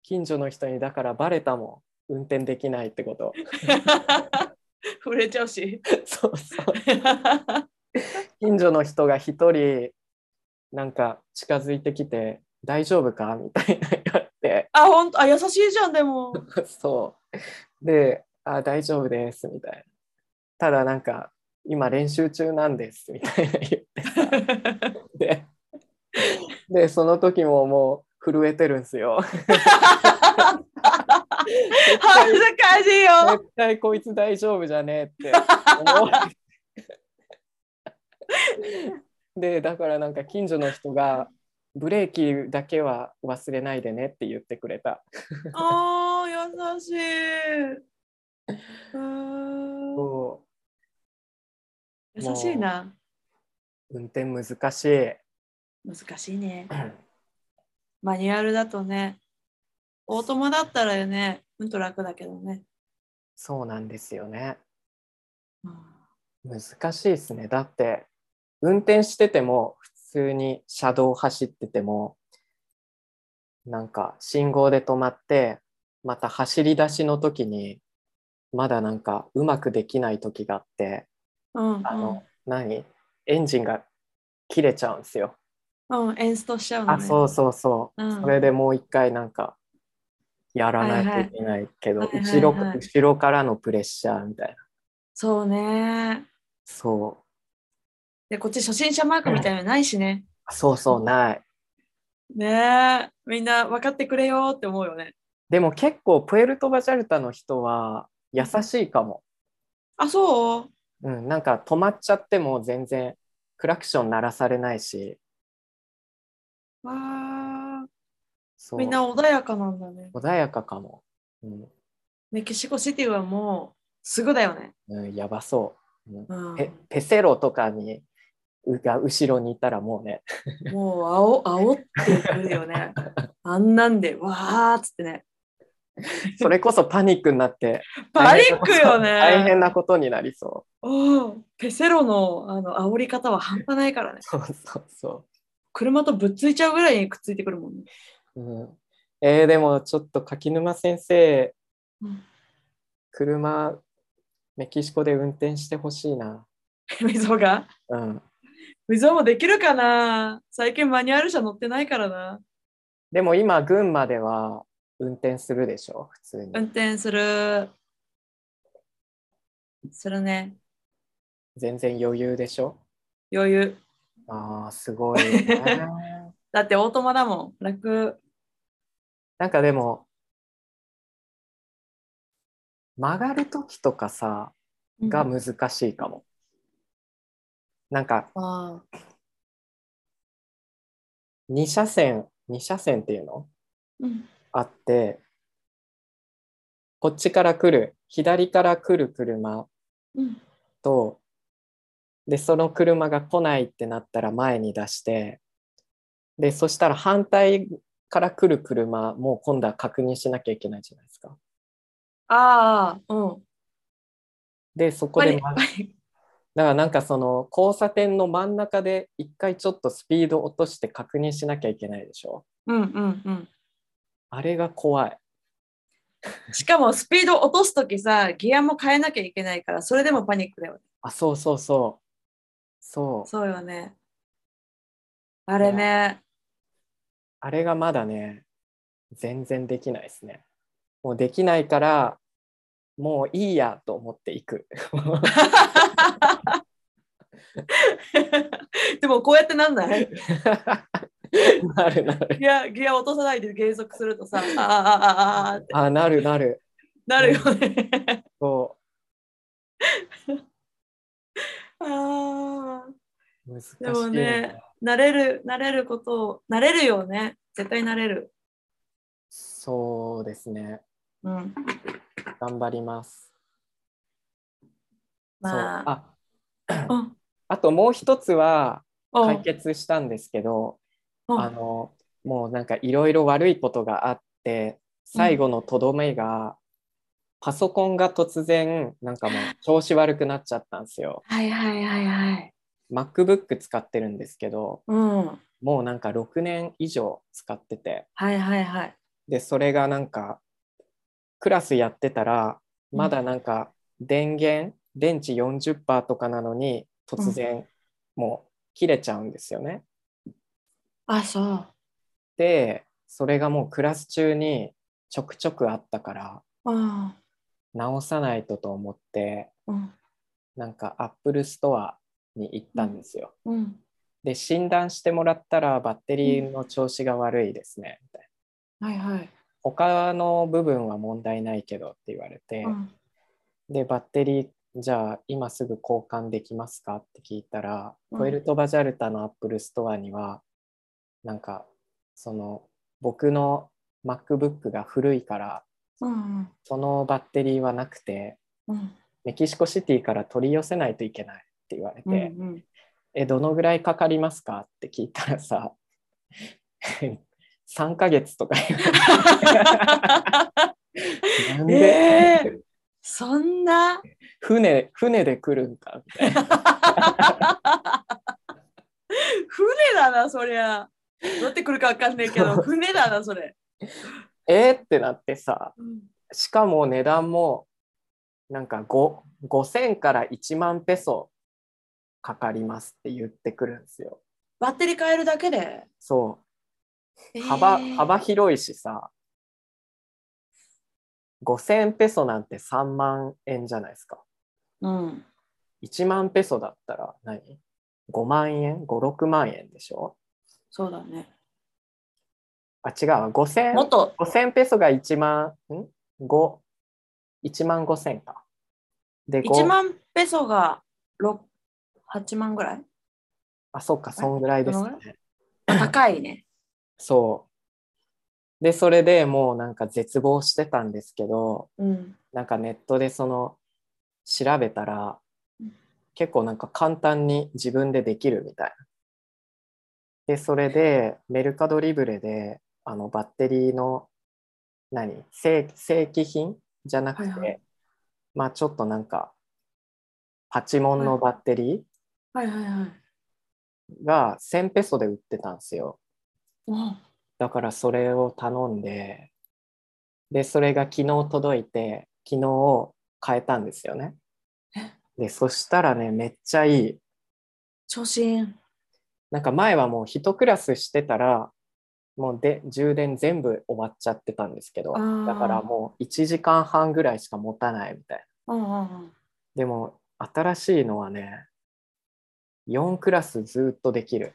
Speaker 2: 近所の人にだからバレたもん運転できないってこと
Speaker 1: 触れちゃうし
Speaker 2: そうそう近所の人が一人なんか近づいてきて「大丈夫か?」みたいなのがあって
Speaker 1: あ本当あ優しいじゃんでも
Speaker 2: そうで「あ大丈夫です」みたいなただなんか「今練習中なんです」みたいな言ってでその時ももう震えてるんすよ
Speaker 1: 恥ずかしいよ
Speaker 2: 絶対こいつ大丈夫じゃねえって思われてでだからなんか近所の人がブレーキだけは忘れないでねって言ってくれた
Speaker 1: あー優しいうーん
Speaker 2: そ
Speaker 1: 優しいな
Speaker 2: う運転難しい
Speaker 1: 難しいねマニュアルだとねオートマだったらよねうんと楽だけどね、
Speaker 2: そうなんですよね
Speaker 1: うん
Speaker 2: 難しいですねだって運転してても普通に車道走っててもなんか信号で止まってまた走り出しの時にまだなんかうまくできない時があって
Speaker 1: うん
Speaker 2: あの、何エンジンが切れちゃうんですよ。
Speaker 1: うんうん、エンストしちゃうの
Speaker 2: あ
Speaker 1: ね
Speaker 2: そうそうそうう、
Speaker 1: ん
Speaker 2: それでもう一回なんかやらないといけないけど、
Speaker 1: はいはい
Speaker 2: 後ろ
Speaker 1: はいはい
Speaker 2: 後ろからのプレッシャーみたいな
Speaker 1: そうね
Speaker 2: そう
Speaker 1: でこっち初心者マークみたいなのないしね
Speaker 2: そうそうない
Speaker 1: ねえみんな分かってくれよって思うよね
Speaker 2: でも結構プエルトバジャルタの人は優しいかも、
Speaker 1: あそう
Speaker 2: うん、なんか止まっちゃっても全然クラクション鳴らされないし
Speaker 1: わあ
Speaker 2: そう
Speaker 1: みんな穏やかなんだね
Speaker 2: 穏やかかも、うん
Speaker 1: メキシコシティはもうすぐだよね、
Speaker 2: うん、やばそう、うん
Speaker 1: うん、
Speaker 2: ペペセロとかにうが後ろにいたらもうね
Speaker 1: もうあおあおってくるよ ねあんなんでわーっつってね
Speaker 2: それこそパニックになって
Speaker 1: パニックよね
Speaker 2: 大変なことになりそ
Speaker 1: おうペセロのあの煽り方は半端ないからね
Speaker 2: う。。 そうそうそ
Speaker 1: 車とぶっついちゃうぐらいにくっついてくるもんね。
Speaker 2: う。うん、えーでもちょっと柿沼先生、
Speaker 1: うん
Speaker 2: 車メキシコで運転してほしいな。
Speaker 1: 溝が
Speaker 2: うん、
Speaker 1: 溝もできるかな最近マニュアル車乗ってないからな。
Speaker 2: でも今群馬では運転するでしょ普通に。
Speaker 1: 運転する。するね。
Speaker 2: 全然余裕でしょ
Speaker 1: 余裕。
Speaker 2: ああすごい よね。
Speaker 1: だってオートマだもん。楽。
Speaker 2: なんかでも曲がる時とかさが
Speaker 1: うん
Speaker 2: 難しいかも。なんか
Speaker 1: ああ
Speaker 2: 2車線2車線っていうの
Speaker 1: うん
Speaker 2: あってこっちから来る左から来る車
Speaker 1: うん
Speaker 2: とでその車が来ないってなったら前に出してでそしたら反対から来る車も今度は確認しなきゃいけないじゃないですか。
Speaker 1: ああ、うん。
Speaker 2: でそこ
Speaker 1: パ
Speaker 2: で
Speaker 1: ニ
Speaker 2: ま
Speaker 1: パニ
Speaker 2: だからなんかその交差点の真ん中で一回ちょっとスピード落として確認しなきゃいけないでしょ。
Speaker 1: うんうんうん。
Speaker 2: あれが怖い。
Speaker 1: しかもスピード落とすときさ、ギアも変えなきゃいけないから、それでもパニックだよね。
Speaker 2: あ、そうそうそう。そう。
Speaker 1: そうよね。あれね、
Speaker 2: あれがまだね、全然できないですね。もうできないから、もういいやと思っていく。
Speaker 1: でもこうやってなんない
Speaker 2: なるなる。
Speaker 1: ギアギア落とさないで減速するとさ、あーあーあーあーって
Speaker 2: あ、なるなる。
Speaker 1: なるよね。
Speaker 2: そ
Speaker 1: ああ、
Speaker 2: う。難しい
Speaker 1: で
Speaker 2: な。
Speaker 1: もね、慣れる、慣れることを、慣れるよね。絶対慣れる。
Speaker 2: そうですね。
Speaker 1: うん。
Speaker 2: 頑張ります。
Speaker 1: まあ、
Speaker 2: あ
Speaker 1: あ
Speaker 2: あともう一つは
Speaker 1: お
Speaker 2: 解決したんですけど、
Speaker 1: お
Speaker 2: あのもうなんかいろいろ悪いことがあって最後のとどめが、パソコンが突然なんかもう調子悪くなっちゃったんですよ。
Speaker 1: はいはいはいはい。
Speaker 2: MacBook 使ってるんですけど
Speaker 1: うん。
Speaker 2: もうなんか6年以上使ってて
Speaker 1: はいはいはい。
Speaker 2: でそれがなんかクラスやってたらまだなんか電源、電池40%とかなのに突然もう切れちゃうんですよね。
Speaker 1: あ、そう。
Speaker 2: でそれがもうクラス中にちょくちょくあったから
Speaker 1: うん。
Speaker 2: 直さないとと思って
Speaker 1: うん。
Speaker 2: なんかアップルストアに行ったんですよ。
Speaker 1: うん。
Speaker 2: で診断してもらったらバッテリーの調子が悪いですねみたいな。
Speaker 1: はいはい。
Speaker 2: 他の部分は問題ないけどって言われて、
Speaker 1: うん。
Speaker 2: でバッテリーじゃあ今すぐ交換できますかって聞いたら、
Speaker 1: うん
Speaker 2: プエルトバジャルタのアップルストアにはなんかその僕の MacBook が古いから
Speaker 1: うん。
Speaker 2: そのバッテリーはなくて
Speaker 1: うん。
Speaker 2: メキシコシティから取り寄せないといけないって言われて、
Speaker 1: うん。
Speaker 2: えどのぐらいかかりますかって聞いたらさ 3ヶ月とか言われてな ん
Speaker 1: え
Speaker 2: で、
Speaker 1: え そんな。
Speaker 2: 船船で来るんかみたいな
Speaker 1: 船だな、そりゃ。どうやって来るかわかんないけど、船だな、それ。
Speaker 2: えーってなってさ
Speaker 1: うん
Speaker 2: しかも値段もなんか5 5000から1万ペソかかりますって言ってくるんですよ
Speaker 1: バッテリー変えるだけで。
Speaker 2: そう
Speaker 1: えー
Speaker 2: 幅幅広いしさ5,000ペソなんて3万円じゃないですか
Speaker 1: うん。
Speaker 2: 1万ペソだったら何5万円56万円でしょ
Speaker 1: そうだね。
Speaker 2: あ違うわ5000
Speaker 1: もっと。
Speaker 2: 5000ペソが1万ん5 1万5000かで
Speaker 1: 1
Speaker 2: 5
Speaker 1: 万ペソが6 8万ぐらい
Speaker 2: あそっかそんぐらいです
Speaker 1: どの
Speaker 2: ね
Speaker 1: あ高いね。
Speaker 2: そうでそれでもうなんか絶望してたんですけど
Speaker 1: うん。
Speaker 2: なんかネットでその調べたら
Speaker 1: うん
Speaker 2: 結構なんか簡単に自分でできるみたいな。でそれでメルカドリブレであのバッテリーの何正正規品じゃなくて、
Speaker 1: はいはい
Speaker 2: まあちょっとなんかパチモンのバッテリ
Speaker 1: はいはいはい。
Speaker 2: ーが1000ペソで売ってたんですよ。
Speaker 1: お
Speaker 2: だからそれを頼んで、で、それが昨日届いて、昨日変えたんですよね。で、そしたらね、めっちゃいい。
Speaker 1: 調子いい。
Speaker 2: なんか前はもう一クラスしてたら、もうで充電全部終わっちゃってたんですけど、
Speaker 1: あー
Speaker 2: だからもう1時間半ぐらいしか持たないみたいな。
Speaker 1: うんうんうん。
Speaker 2: でも、新しいのはね、4クラスずっとできる。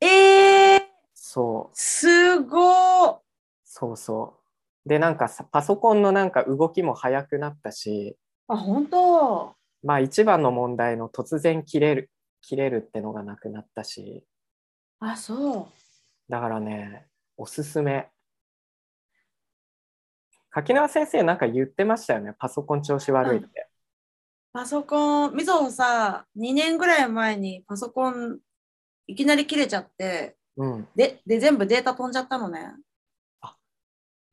Speaker 1: えー、
Speaker 2: そう。
Speaker 1: すごー
Speaker 2: そうそう。で、なんかさパソコンのなんか動きも速くなったし、
Speaker 1: あ、本当
Speaker 2: まあ一番の問題の突然切れる、切れるってのがなくなったし、
Speaker 1: あ、そう。
Speaker 2: だからね、おすすめ。柿縄先生なんか言ってましたよね、パソコン調子悪いって。
Speaker 1: パソコン、みぞさ、2年ぐらい前にパソコンいきなり切れちゃって、
Speaker 2: うん。
Speaker 1: で、で全部データ飛んじゃったのね。
Speaker 2: あ、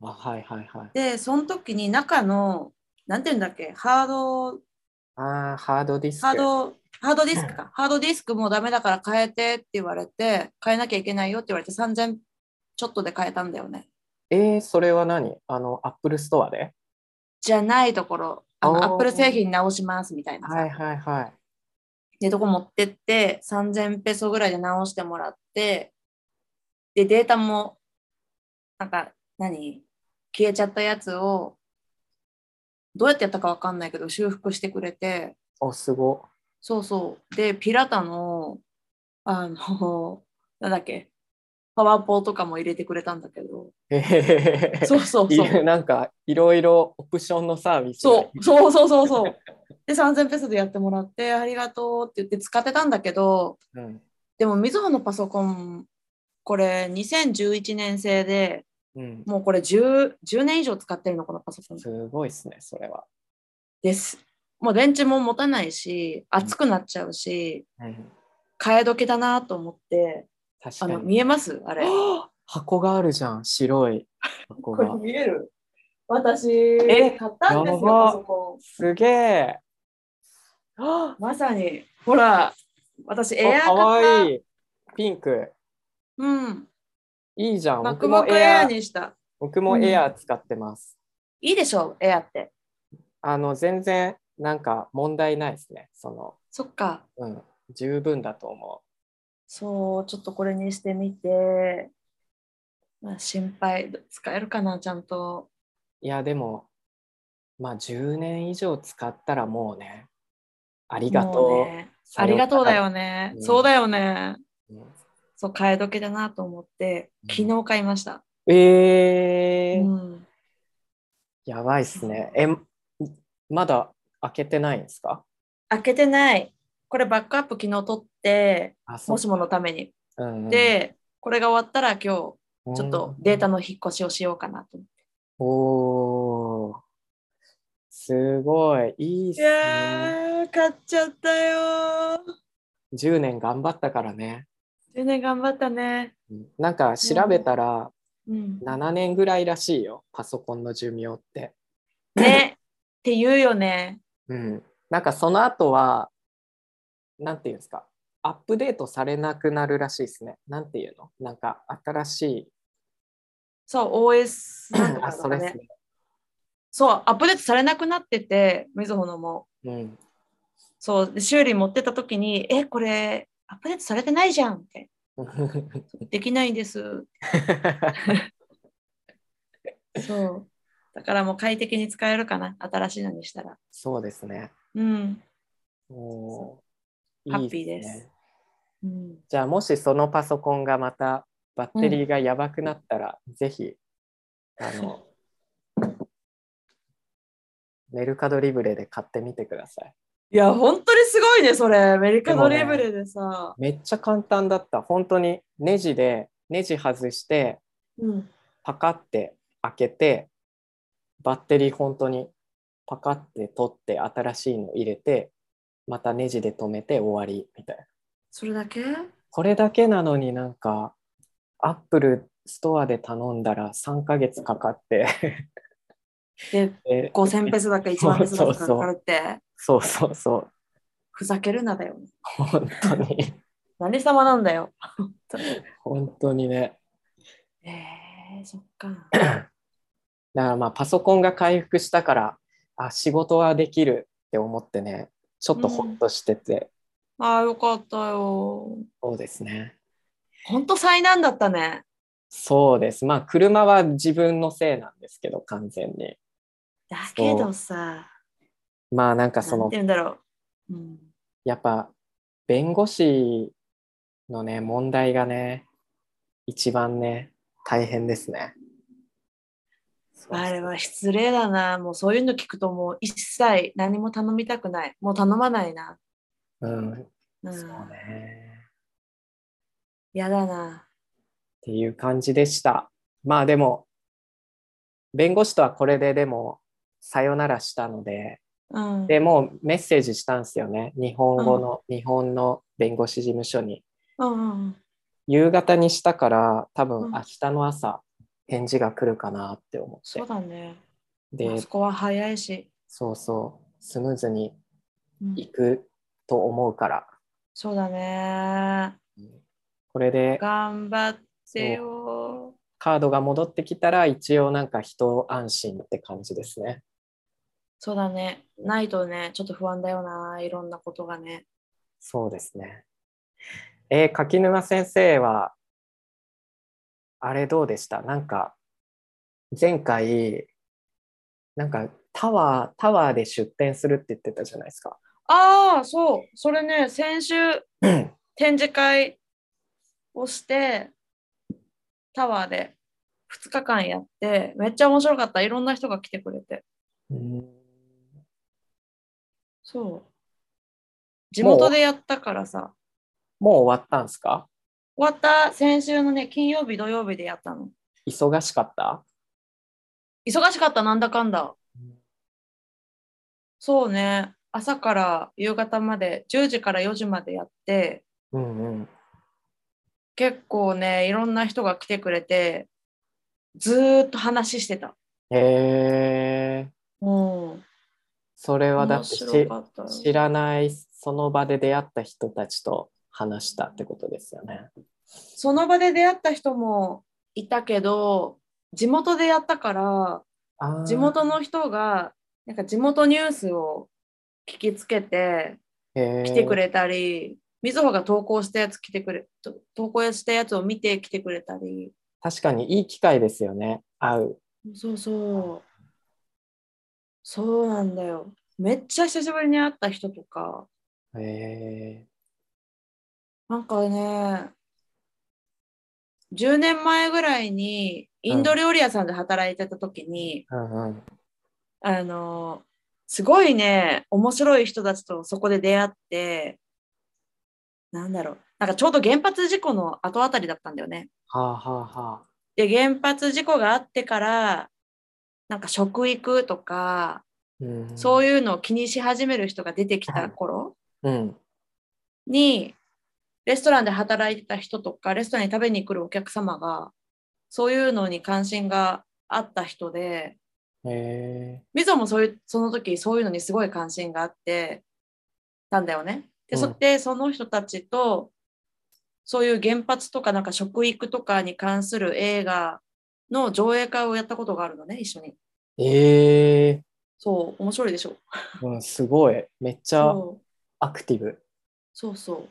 Speaker 2: はいはいはい。
Speaker 1: で、その時に中の、なんていうんだっけ、ハード
Speaker 2: ああ、ハードディスク。
Speaker 1: ハード、ハードディスクか。ハードディスクもうダメだから変えてって言われて、変えなきゃいけないよって言われて3000ちょっとで変えたんだよね。
Speaker 2: えー、それは何あの、アップルストアで
Speaker 1: じゃないところ、あの
Speaker 2: おー
Speaker 1: アップル製品直しますみたいなさ、
Speaker 2: はいはいはい。
Speaker 1: でとこ持ってって3000ペソぐらいで直してもらってでデータもなんか何消えちゃったやつをどうやってやったかわかんないけど修復してくれて
Speaker 2: お、すご。
Speaker 1: そうそうでピラタのあの なんだっけパワーポーとかも入れてくれたんだけど
Speaker 2: へへへへ
Speaker 1: そうそう
Speaker 2: い
Speaker 1: そう
Speaker 2: るなんかいろいろオプションのサービスが
Speaker 1: そうそうそうそうそうで3000ペソでやってもらってありがとうって言って使ってたんだけど
Speaker 2: うん
Speaker 1: でも、みずほのパソコン、これ2011年製で、
Speaker 2: うん、
Speaker 1: もうこれ 10, 10年以上使ってるの、このパソコン
Speaker 2: すごいですね、それは。
Speaker 1: です。もう電池も持たないし、熱くなっちゃうし、
Speaker 2: うん、
Speaker 1: 替え時だなと思って、
Speaker 2: 確
Speaker 1: あ
Speaker 2: か
Speaker 1: の
Speaker 2: に。
Speaker 1: 見えますあ れ。
Speaker 2: あ箱があるじゃん、白い箱が。
Speaker 1: 見える私、買った
Speaker 2: んですよやばパソ
Speaker 1: コ
Speaker 2: すげえ。あ
Speaker 1: ン。まさに、ほら、私、エアー
Speaker 2: かわ
Speaker 1: 買った。
Speaker 2: いい。ピンク。
Speaker 1: うん、
Speaker 2: いいじゃん。僕も
Speaker 1: MacBook
Speaker 2: エア
Speaker 1: Air にした。
Speaker 2: 僕もエアー使ってます。
Speaker 1: いいでしょ、エアーって。
Speaker 2: あの、全然なんか問題ないですね。その、
Speaker 1: そっか。
Speaker 2: うん、十分だと思
Speaker 1: そう、ちょっとこれにしてみて、まあ、心配、使えるかな、ちゃんと。
Speaker 2: う。いや、でも、まあ10年以上使ったらもうね、ありが
Speaker 1: も
Speaker 2: と
Speaker 1: う
Speaker 2: う。
Speaker 1: ね
Speaker 2: さ
Speaker 1: あ
Speaker 2: よ
Speaker 1: り
Speaker 2: うな
Speaker 1: が
Speaker 2: ら
Speaker 1: とうだ。よね。
Speaker 2: うん
Speaker 1: そうだよね。
Speaker 2: うん
Speaker 1: そう、買い時だなと思って、
Speaker 2: うん
Speaker 1: 昨日買いました。
Speaker 2: えー
Speaker 1: うん
Speaker 2: やばいっすね。え、まだ開けてないんですか
Speaker 1: 開けてない。これバックアップ昨日取って、
Speaker 2: あ、そ
Speaker 1: も
Speaker 2: う
Speaker 1: しものために。
Speaker 2: うんうん、
Speaker 1: で、これが終わったら今日、ちょ
Speaker 2: うん、
Speaker 1: っとデータの引っ越しをしようかなと思って。
Speaker 2: おーすごい、いいっすね。
Speaker 1: ー、買っちゃったよ
Speaker 2: 10年頑張ったからね。
Speaker 1: ー。10年頑張ったね。
Speaker 2: うんなんか調べたら
Speaker 1: うん。
Speaker 2: 7年ぐらいらしいよ、パソコンの寿命って。
Speaker 1: ね。って言うよね。
Speaker 2: うん、なんかその後は、なんていうんですか、アップデートされなくなるらしいですね。なんていうのなんか新しい。
Speaker 1: そう、OS なんと
Speaker 2: あ、
Speaker 1: か
Speaker 2: そ
Speaker 1: と
Speaker 2: れ
Speaker 1: か
Speaker 2: っす
Speaker 1: ね。
Speaker 2: ね。
Speaker 1: そう、アップデートされなくなってて、みずほのも。
Speaker 2: うん、
Speaker 1: そう、で修理持ってた時に、え、これ、アップデートされてないじゃんって。できないんです。そう。だからもう快適に使えるかな、新しいのにしたら。
Speaker 2: そうですね。
Speaker 1: うん。
Speaker 2: おー
Speaker 1: ハ
Speaker 2: いい
Speaker 1: ッピーです
Speaker 2: ね
Speaker 1: うん、
Speaker 2: じゃあもしそのパソコンがまたバッテリーがやばくなったら、ぜひあの メルカドリブレで買ってみてください。
Speaker 1: いや、本当にすごいね、それ。メリカドリ
Speaker 2: でも
Speaker 1: ブ
Speaker 2: ね
Speaker 1: レでさ。
Speaker 2: めっちゃ簡単だった。本当にネジでネジ外して
Speaker 1: うん。
Speaker 2: パカって開けてバッテリー本当にパカって取って新しいの入れてまたネジで止めて終わりみたいな。
Speaker 1: それだけ
Speaker 2: これだけなのになんかアップルストアで頼んだら3ヶ月かかって
Speaker 1: で、
Speaker 2: え
Speaker 1: 5000ペスだか1万ペスだかかかる って、
Speaker 2: そうそうそう
Speaker 1: ふざけるなだよ。
Speaker 2: 本当に
Speaker 1: 何様なんだよ。本当に
Speaker 2: 本当にね
Speaker 1: えー、そっか。
Speaker 2: だからまあパソコンが回復したからあ仕事はできるって思ってねちょっとほっとしてて、
Speaker 1: ああ、よかったよ。
Speaker 2: そうですね
Speaker 1: ほんと災難だったね。
Speaker 2: そうですまあ車は自分のせいなんですけど完全に
Speaker 1: だけどさ、
Speaker 2: まあなんか
Speaker 1: な
Speaker 2: そ
Speaker 1: ん
Speaker 2: の
Speaker 1: て言うんだろう。うん、
Speaker 2: やっぱ弁護士のね問題がね一番ね大変ですね。そう
Speaker 1: あれは失礼だな。もうそういうの聞くともう一切何も頼みたくない。もう頼まないな。
Speaker 2: うん、
Speaker 1: う、
Speaker 2: そうんね。
Speaker 1: やだな。
Speaker 2: っていう感じでした。まあでも弁護士とはこれででもさよならしたので
Speaker 1: うん。
Speaker 2: でもうメッセージしたんですよね日本語の、日本の弁護士事務所に。
Speaker 1: うんうん
Speaker 2: 夕方にしたから多
Speaker 1: うん
Speaker 2: 分明日の朝返事が来るかなって思って
Speaker 1: そう、だね。
Speaker 2: で
Speaker 1: あそこは早いし。
Speaker 2: そうそう、スムーズに
Speaker 1: うん
Speaker 2: いくと思うから、
Speaker 1: そうだね。
Speaker 2: これで
Speaker 1: 頑張ってよ。
Speaker 2: カードが戻ってきたら、一応なんか一安心って感じですね。
Speaker 1: そうだね。ないとね、ちょっと不安だよな、いろんなことがね。
Speaker 2: そうですね。えー柿沼先生は、あれどうでしたなんか、前回、なんかタワー、タワーで出店するって言ってたじゃないですか。
Speaker 1: ああ、そう、それね、先週、展示会をして、タワーで2日間やって、めっちゃ面白かった。いろんな人が来てくれて。
Speaker 2: うん
Speaker 1: そう。地元でやったからさ、
Speaker 2: もう終わったんですか
Speaker 1: 終わった先週のね、金曜日、土曜日でやったの。
Speaker 2: 忙しかった
Speaker 1: 忙しかった、なんだかんだ
Speaker 2: うん。
Speaker 1: そうね、朝から夕方まで、10時から4時までやって、
Speaker 2: うんうん。
Speaker 1: 結構ね、いろんな人が来てくれて、ずーっと話してた。
Speaker 2: えー、
Speaker 1: うん。
Speaker 2: それはだ
Speaker 1: 面
Speaker 2: って
Speaker 1: 白
Speaker 2: し
Speaker 1: かった。
Speaker 2: 知らないその場で出会った人たちと話したってことですよね。
Speaker 1: その場で出会った人もいたけど、地元でやったから、
Speaker 2: あー
Speaker 1: 地元の人が、なんか地元ニュースを聞きつけて、来てくれたり、みずほが投稿したやつ来てくれ、と投稿したやつを見て来てくれたり、
Speaker 2: 確かにいい機会ですよね会う
Speaker 1: そうそう。そうなんだよ。めっちゃ久しぶりに会った人とか、
Speaker 2: へ
Speaker 1: なんかね、10年前ぐらいにインド料理屋さんで働いてた時に、
Speaker 2: ーうんうん
Speaker 1: あの、すごいね、面白い人たちとそこで出会って、なんだろう、なんかちょうど原発事故の後あたりだったんだよね。
Speaker 2: はあはあはあ
Speaker 1: で、原発事故があってから、なんか食育とか、
Speaker 2: うん
Speaker 1: そう
Speaker 2: い
Speaker 1: いうのを気にし始める人が出てき
Speaker 2: は
Speaker 1: た
Speaker 2: い
Speaker 1: 頃
Speaker 2: うん
Speaker 1: に、レストランで働いてた人とか、レストランに食べに来るお客様が、そういうのに関心があった人で、
Speaker 2: へ
Speaker 1: みぞもそういう、その時そういうのにすごい関心があって、たんだよね。で、
Speaker 2: う
Speaker 1: そ
Speaker 2: ん
Speaker 1: でその人たちと、そういう原発とかなんか食育とかに関する映画の上映会をやったことがあるのね、一緒に。
Speaker 2: ええ
Speaker 1: そう、面白いでしょ。
Speaker 2: ーうん、すごいめっちゃ
Speaker 1: そう
Speaker 2: アクティブ
Speaker 1: そうそう。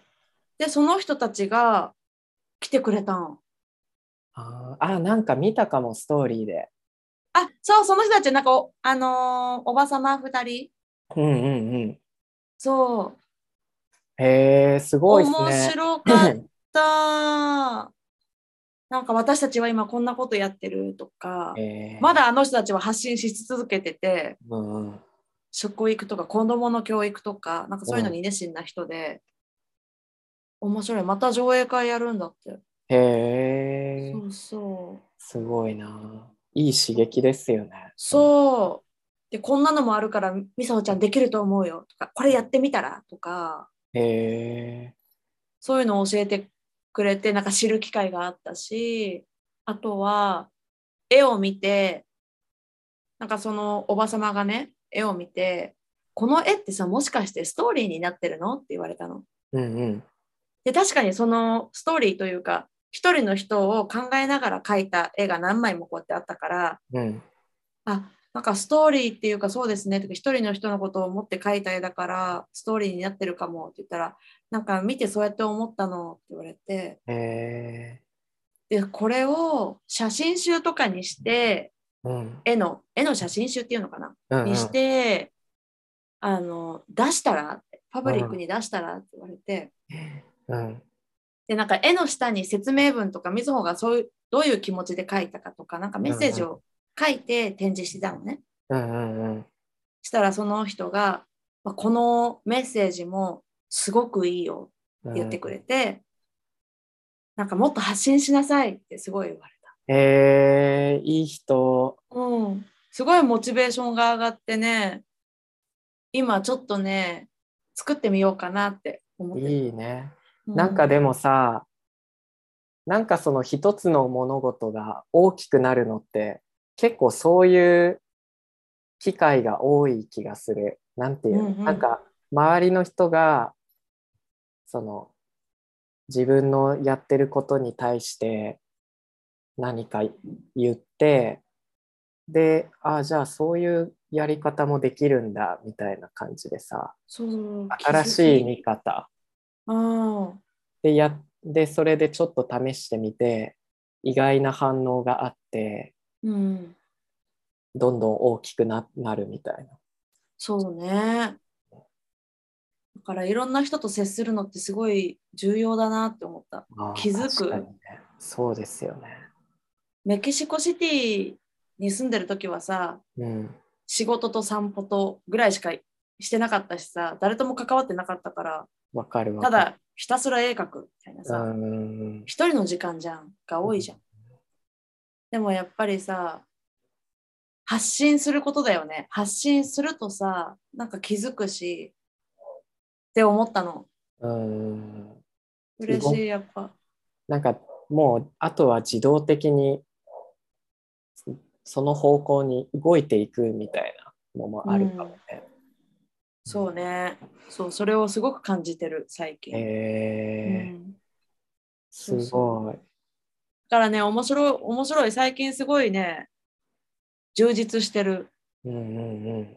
Speaker 1: で、その人たちが来てくれたん。
Speaker 2: あーあなんか見たかもストーリーで
Speaker 1: あ、そう、その人たち、なんかお、あのーおばさま2人。
Speaker 2: うんうんうん
Speaker 1: そう。
Speaker 2: へえすごいですね、
Speaker 1: 面白かった。 なんか私たちは今こんなことやってるとか
Speaker 2: えー
Speaker 1: まだあの人たちは発信し続けてて、
Speaker 2: うんうん
Speaker 1: 食育とか子供の教育とか、なんかそういうのに熱心な人で、面白い。また上映会やるんだって。
Speaker 2: へえ
Speaker 1: そうそう。
Speaker 2: すごいないい刺激ですよね
Speaker 1: そう。で、こんなのもあるから、みさおちゃんできると思うよとか、これやってみたらとか、
Speaker 2: うへえ
Speaker 1: そういうのを教えてくれて、なんか知る機会があったし、あとは、絵を見て、なんかそのおばさまがね、絵を見て、この絵ってさ、もしかしてストーリーになってるのって言われたの。
Speaker 2: うんうん
Speaker 1: で、確かにそのストーリーというか、一人の人を考えながら描いた絵が何枚もこうやってあったから、
Speaker 2: うん
Speaker 1: あなんかストーリーっていうかそうですねとか一人の人のことを思って書いた絵だからストーリーになってるかもって言ったらなんか見てそうやって思ったのって言われて
Speaker 2: へえ
Speaker 1: でこれを写真集とかにして
Speaker 2: うん
Speaker 1: 絵の絵の写真集っていうのかな
Speaker 2: うんうん
Speaker 1: にしてあの出したらってパブリックに出したらって言われて
Speaker 2: うん
Speaker 1: でなんか絵の下に説明文とかみずほがそういうどういう気持ちで書いたかとかなんかメッセージを書いて展示してたのね。
Speaker 2: うんうんうん
Speaker 1: したらその人が、まあこのメッセージもすごくいいよって言ってくれて、なんかもっと発信しなさいってすごい言われた。
Speaker 2: えー、いい人。
Speaker 1: うん、すごいモチベーションが上がってね、今ちょっとね、作ってみようかなって思ってる。
Speaker 2: いいね。
Speaker 1: う
Speaker 2: なんかでもさ、なんかその一つの物事が大きくなるのって、結構そういう機会が多い気がする。なんていうの、
Speaker 1: うんうん
Speaker 2: なんか周りの人が、その自分のやってることに対して何か言って、で、あじゃあそういうやり方もできるんだみたいな感じでさ、
Speaker 1: そう
Speaker 2: 新しい見方
Speaker 1: ああ
Speaker 2: でやで、それでちょっと試してみて、意外な反応があって、
Speaker 1: うん
Speaker 2: どんどん大きくななるみたいな。
Speaker 1: そうねだからいろんな人と接するのってすごい重要だなって思った
Speaker 2: あー
Speaker 1: 気づく
Speaker 2: 確かにねそうですよね。
Speaker 1: メキシコシティに住んでる時はさ
Speaker 2: うん。
Speaker 1: 仕事と散歩とぐらいしかしてなかったしさ誰とも関わってなかったから
Speaker 2: わかるわ
Speaker 1: た
Speaker 2: かる。
Speaker 1: だひたすら絵描くみたいなさ、
Speaker 2: うんうん
Speaker 1: 一人の時間じゃんが多いじゃん。でもやっぱりさ発信することだよね発信するとさなんか気づくしって思ったの
Speaker 2: うんうん。
Speaker 1: 嬉しいやっぱ
Speaker 2: なんかもうあとは自動的にその方向に動いていくみたいなのもあるかもね。
Speaker 1: そうねそうそれをすごく感じてる最近、
Speaker 2: えー
Speaker 1: うん、
Speaker 2: す
Speaker 1: そうそ
Speaker 2: ごい。
Speaker 1: だからね面白い面白い最近すごいね充実してる
Speaker 2: うんうんうん。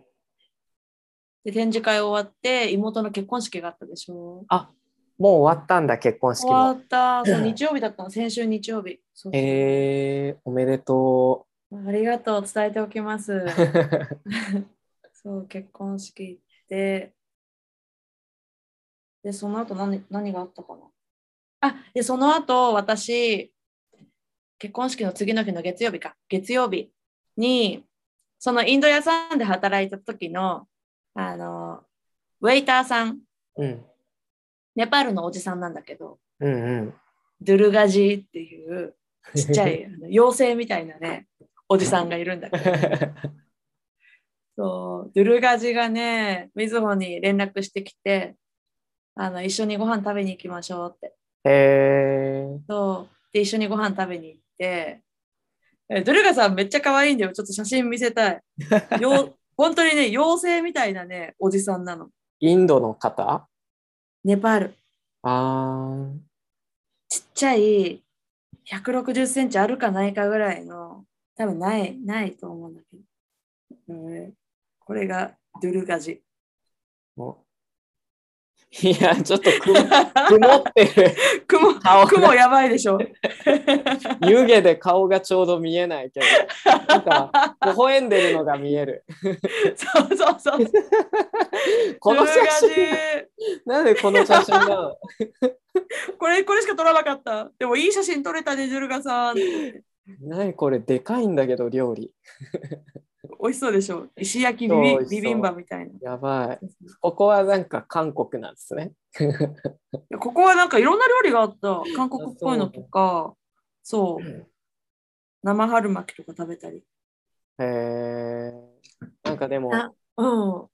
Speaker 1: で展示会終わって妹の結婚式があったでしょ
Speaker 2: もう終わったんだ結婚式
Speaker 1: 終わ
Speaker 2: も。
Speaker 1: った そう日曜日だったの先週日曜日そうそう
Speaker 2: えー、おめでと
Speaker 1: ありがとう、伝えておきます。
Speaker 2: う。
Speaker 1: そう、結婚式行って、で、その後何何があったかな。あ、で、その後、私、結婚式の次の日の月曜日か、月曜日に、そのインド屋さんで働いた時の、あの、ウェイターさん、
Speaker 2: うん
Speaker 1: ネパールのおじさんなんだけど、
Speaker 2: うんうん。
Speaker 1: ドゥルガジーっていう、ちっちゃ。い、あの妖精みたいなね、おじさんがいるんだけど。そう、ドゥルガジがね、みずほに連絡してきて、あの、一緒にご飯食べに行きましょうって。
Speaker 2: えー、
Speaker 1: そう、で、一緒にご飯食べに行って、えドゥルガさんめっちゃ可愛いんだよ。ちょっと写真見せたい。よ本当にね、妖精みたいなね、おじさんなの。
Speaker 2: インドの方
Speaker 1: ネパール。
Speaker 2: あー
Speaker 1: ちっちゃい、160センチあるかないかぐらいの、多分ない、ないと思うんだけど。うんこれがドゥルガジ。
Speaker 2: もういやちょっと 曇曇ってる。
Speaker 1: 雲、
Speaker 2: 顔が
Speaker 1: 雲やばいでしょ。
Speaker 2: 湯気で顔がちょうど見えないけど、なんか微笑んでるのが見える。
Speaker 1: そうそうそう。
Speaker 2: この写
Speaker 1: ブルガ
Speaker 2: 真、
Speaker 1: ジ
Speaker 2: なんでこの写真なの
Speaker 1: これこれしか撮らなかった。でもいい写真撮れたね、ジュルガさん。
Speaker 2: 何これ、でかいんだけど、料理。
Speaker 1: 美味しそうでしょ。石焼きビ
Speaker 2: 美
Speaker 1: ビ
Speaker 2: 味しそう
Speaker 1: ビビンバみたいな。
Speaker 2: やばい。ここはなんか韓国なんですね。
Speaker 1: ここはなんかいろんな料理があった。韓国っぽいのとか、そう
Speaker 2: うん
Speaker 1: 生春巻きとか食べたり。
Speaker 2: へえなんかでも、
Speaker 1: あうん。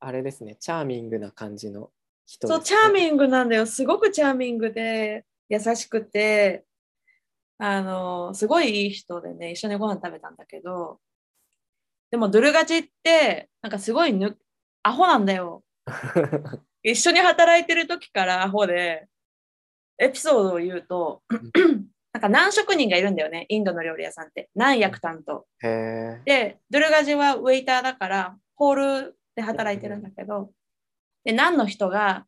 Speaker 2: あれですね、チャーミングな感じの人です
Speaker 1: そ
Speaker 2: ね、
Speaker 1: う、チャー
Speaker 2: ン
Speaker 1: ミングなんだよ。すごくチャーミングで、優しくて、あの、すごいいい人でね、一緒にご飯食べたんだけど、でも、ドゥルガチって、なんかすごいぬ、アホなんだよ。
Speaker 2: グ。
Speaker 1: 一緒に働いてる時からアホでエピソードを言うとなんか何職人がいるんだよねインドの料理屋さんって何役担当
Speaker 2: へえ
Speaker 1: でドゥルガジはウェイターだからホールで働いてるんだけどで何の人が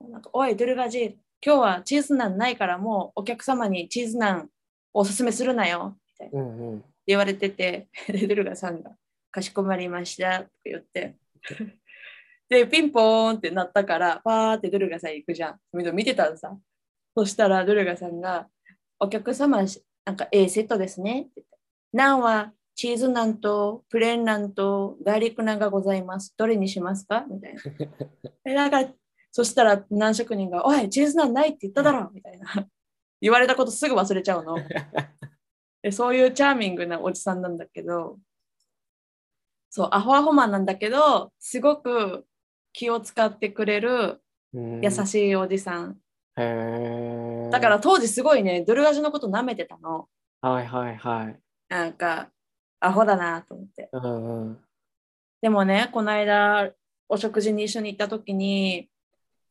Speaker 1: なんか「おいドゥルガジ今日はチーズナンないからもうお客様にチーズナンをおすすめするなよ」みたいな
Speaker 2: うんうん。
Speaker 1: 言われてて、 でドゥルガさんが、かしこまりましたって言って、 で、ピンポーンってなったから、パーってドゥルガさん行くじゃん。みんな見てたのさ。そしたらドゥルガさんが、お客様、なんか A セットですねって言って。ナンはチーズナンとプレーンナンとガーリックナンがございます。どれにしますかみたいな。えなんかそしたら何職人が「おいチーズナンないって言っただろ」みたいな言われたことすぐ忘れちゃうのでそういうチャーミングなおじさんなんだけどそうアホアホマンなんだけどすごく気を使ってくれる
Speaker 2: うん
Speaker 1: 優しいおじさん、
Speaker 2: へえ
Speaker 1: だから、当時すごいねドルガジのこと舐めてたの
Speaker 2: はいはいはい。
Speaker 1: なんかアホだなと思って
Speaker 2: うんうん。
Speaker 1: でもね、この間、お食事に一緒に行った時に、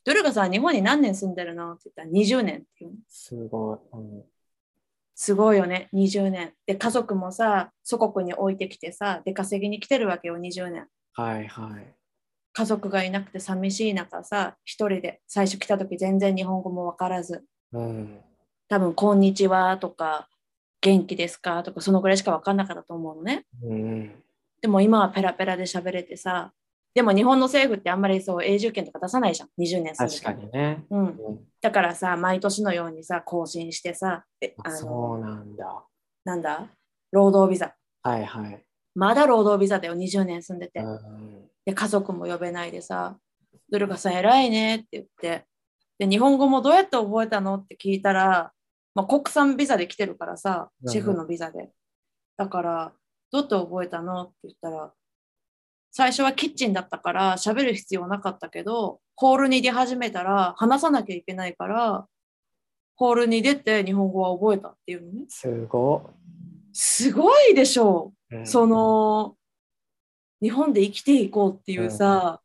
Speaker 1: ドゥルガさん、日本に何年住んでるのって言ったら20年っていうの。
Speaker 2: すごい。うん
Speaker 1: すごいよね20年で家族もさ祖国に置いてきてさ出稼ぎに来てるわけよ20年
Speaker 2: はいはい。
Speaker 1: 家族がいなくて寂しい中さ一人で最初来た時全然日本語も分からず
Speaker 2: うん。
Speaker 1: 多分「こんにちは」とか「元気ですか?」とかそのぐらいしか分かんなかったと思うのね
Speaker 2: うん。
Speaker 1: でも今はペラペラで喋れてさでも日本の政府ってあんまりそう永住権とか出さないじゃん20年住んで
Speaker 2: 確かにね。
Speaker 1: うん、
Speaker 2: うん
Speaker 1: だからさ毎年のようにさ更新してさえあ
Speaker 2: あ
Speaker 1: の
Speaker 2: そうなんだ。
Speaker 1: なんだ労働ビザ
Speaker 2: はいはい。
Speaker 1: まだ労働ビザだよ20年住んでて、
Speaker 2: うん。
Speaker 1: で家族も呼べないでさドルカさん偉いねって言ってで日本語もどうやって覚えたのって聞いたら、まあ、国産ビザで来てるからさ
Speaker 2: うん
Speaker 1: シェフのビザでだからどうやって覚えたのって言ったら最初はキッチンだったから喋る必要なかったけどホールに出始めたら話さなきゃいけないからホールに出て日本語は覚えたっていうのね
Speaker 2: すご
Speaker 1: すごいでしょう
Speaker 2: っ。うん
Speaker 1: そ、の日本で生きていこうっていうさ、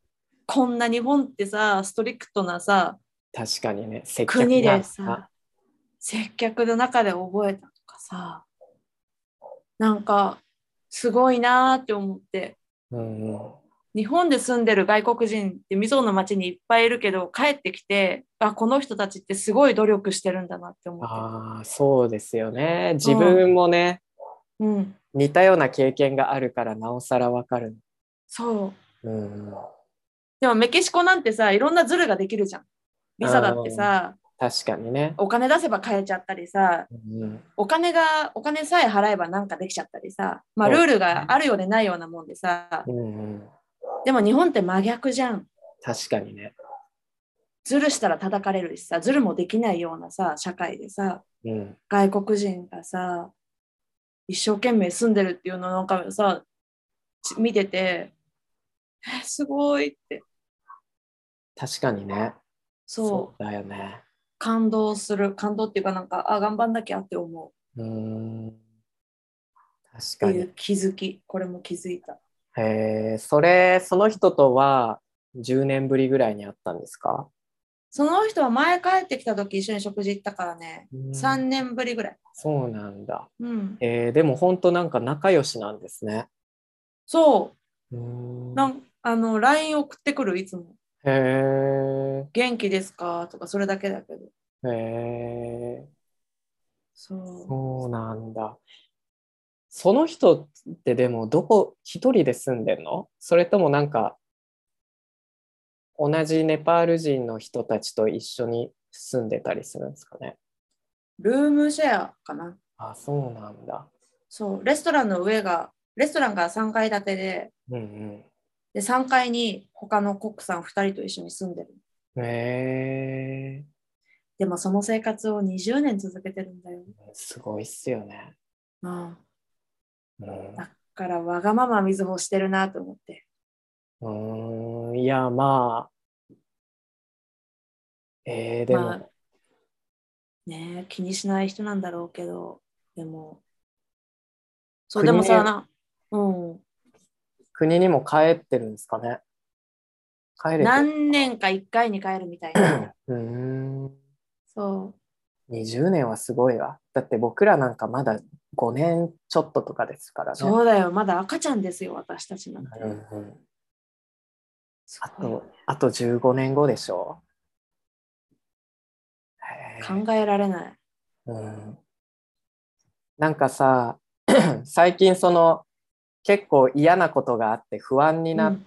Speaker 1: こんな日本ってさストリクトなさ
Speaker 2: 確かにね、接客
Speaker 1: 国
Speaker 2: な
Speaker 1: で
Speaker 2: んだ
Speaker 1: さ接客の中で覚えたとかさなんかすごいなーって思って
Speaker 2: うんうん。
Speaker 1: 日本で住んでる外国人ってみぞの町にいっぱいいるけど帰ってきてあこの人たちってすごい努力してるんだなって思って、
Speaker 2: ああ、そうですよね。自分もね、
Speaker 1: うん、
Speaker 2: 似たような経験があるから、なおさらわかる。
Speaker 1: そう
Speaker 2: うん。
Speaker 1: でもメキシコなんてさいろんなズルができるじゃんビザだってさ
Speaker 2: 確かにね。
Speaker 1: お金出せば買えちゃったりさ
Speaker 2: うん。
Speaker 1: お金がお金さえ払えばなんかできちゃったりさ、まあ、
Speaker 2: そう
Speaker 1: ルールがあるようでないようなもんでさ
Speaker 2: うんうん。
Speaker 1: でも日本って真逆じゃん
Speaker 2: 確かにね。
Speaker 1: ズルしたら叩かれるしさズルもできないようなさ社会でさ
Speaker 2: うん。
Speaker 1: 外国人がさ一生懸命住んでるっていうのをなんかさち見ててえすごいって
Speaker 2: 確かにね。
Speaker 1: そう
Speaker 2: だよね。
Speaker 1: 感動する感動っていうかなんかあ頑張んなきゃって思
Speaker 2: うん。
Speaker 1: うっ
Speaker 2: 確か
Speaker 1: てい
Speaker 2: に。
Speaker 1: う気づきこれも気づいた
Speaker 2: へえ、それ、その人とは10年ぶりぐらいに会ったんですか
Speaker 1: その人は前帰ってきた時一緒に食事行ったからね
Speaker 2: うん
Speaker 1: 3年ぶりぐらい
Speaker 2: そうなんだ。
Speaker 1: うん、
Speaker 2: えー、でも本当なんか仲良しなんですね。
Speaker 1: そうう、
Speaker 2: ん
Speaker 1: なんあの LINE 送ってくる、いつも。
Speaker 2: へえ、
Speaker 1: 元気ですかとか、それだけだけど。
Speaker 2: へえ、
Speaker 1: そ
Speaker 2: そうなんだ。その人ってでもどこ、一人で住んでんのそれともなんか、同じネパール人の人たちと一緒に住んでたりするんですかね。
Speaker 1: う、ルームシェアかな。
Speaker 2: あ、そうなんだ。
Speaker 1: そう、レストランの上が、レストランが3階建てで、
Speaker 2: うん
Speaker 1: で3階に他のコックさん2人と一緒に住んでる。
Speaker 2: うん。へえ、
Speaker 1: でもその生活を20年続けてるんだよ。
Speaker 2: すごいっすよね。
Speaker 1: あ
Speaker 2: うん
Speaker 1: だからわがままみずほしてるなと思って。
Speaker 2: うーん、いや、まあ。えー、でも、
Speaker 1: まあねえ気にしない人なんだろうけど、でも、そう、で
Speaker 2: 国
Speaker 1: も
Speaker 2: に
Speaker 1: さ、なうん。
Speaker 2: 国にも帰ってるんですかね。帰れてる。
Speaker 1: 何年か1回に帰るみたい な。
Speaker 2: うーん。
Speaker 1: そ
Speaker 2: 20年はすごいわ。だって僕らなんかまだ5年ちょっととかですから
Speaker 1: う。
Speaker 2: ね。
Speaker 1: そうだよ。まだ赤ちゃんですよ、私たちなんて。
Speaker 2: うんうん、あ
Speaker 1: すごいよ
Speaker 2: と、あと15年後でしょへー
Speaker 1: 考えられない。
Speaker 2: うんなんかさ 最近その結構嫌なことがあって不安になっ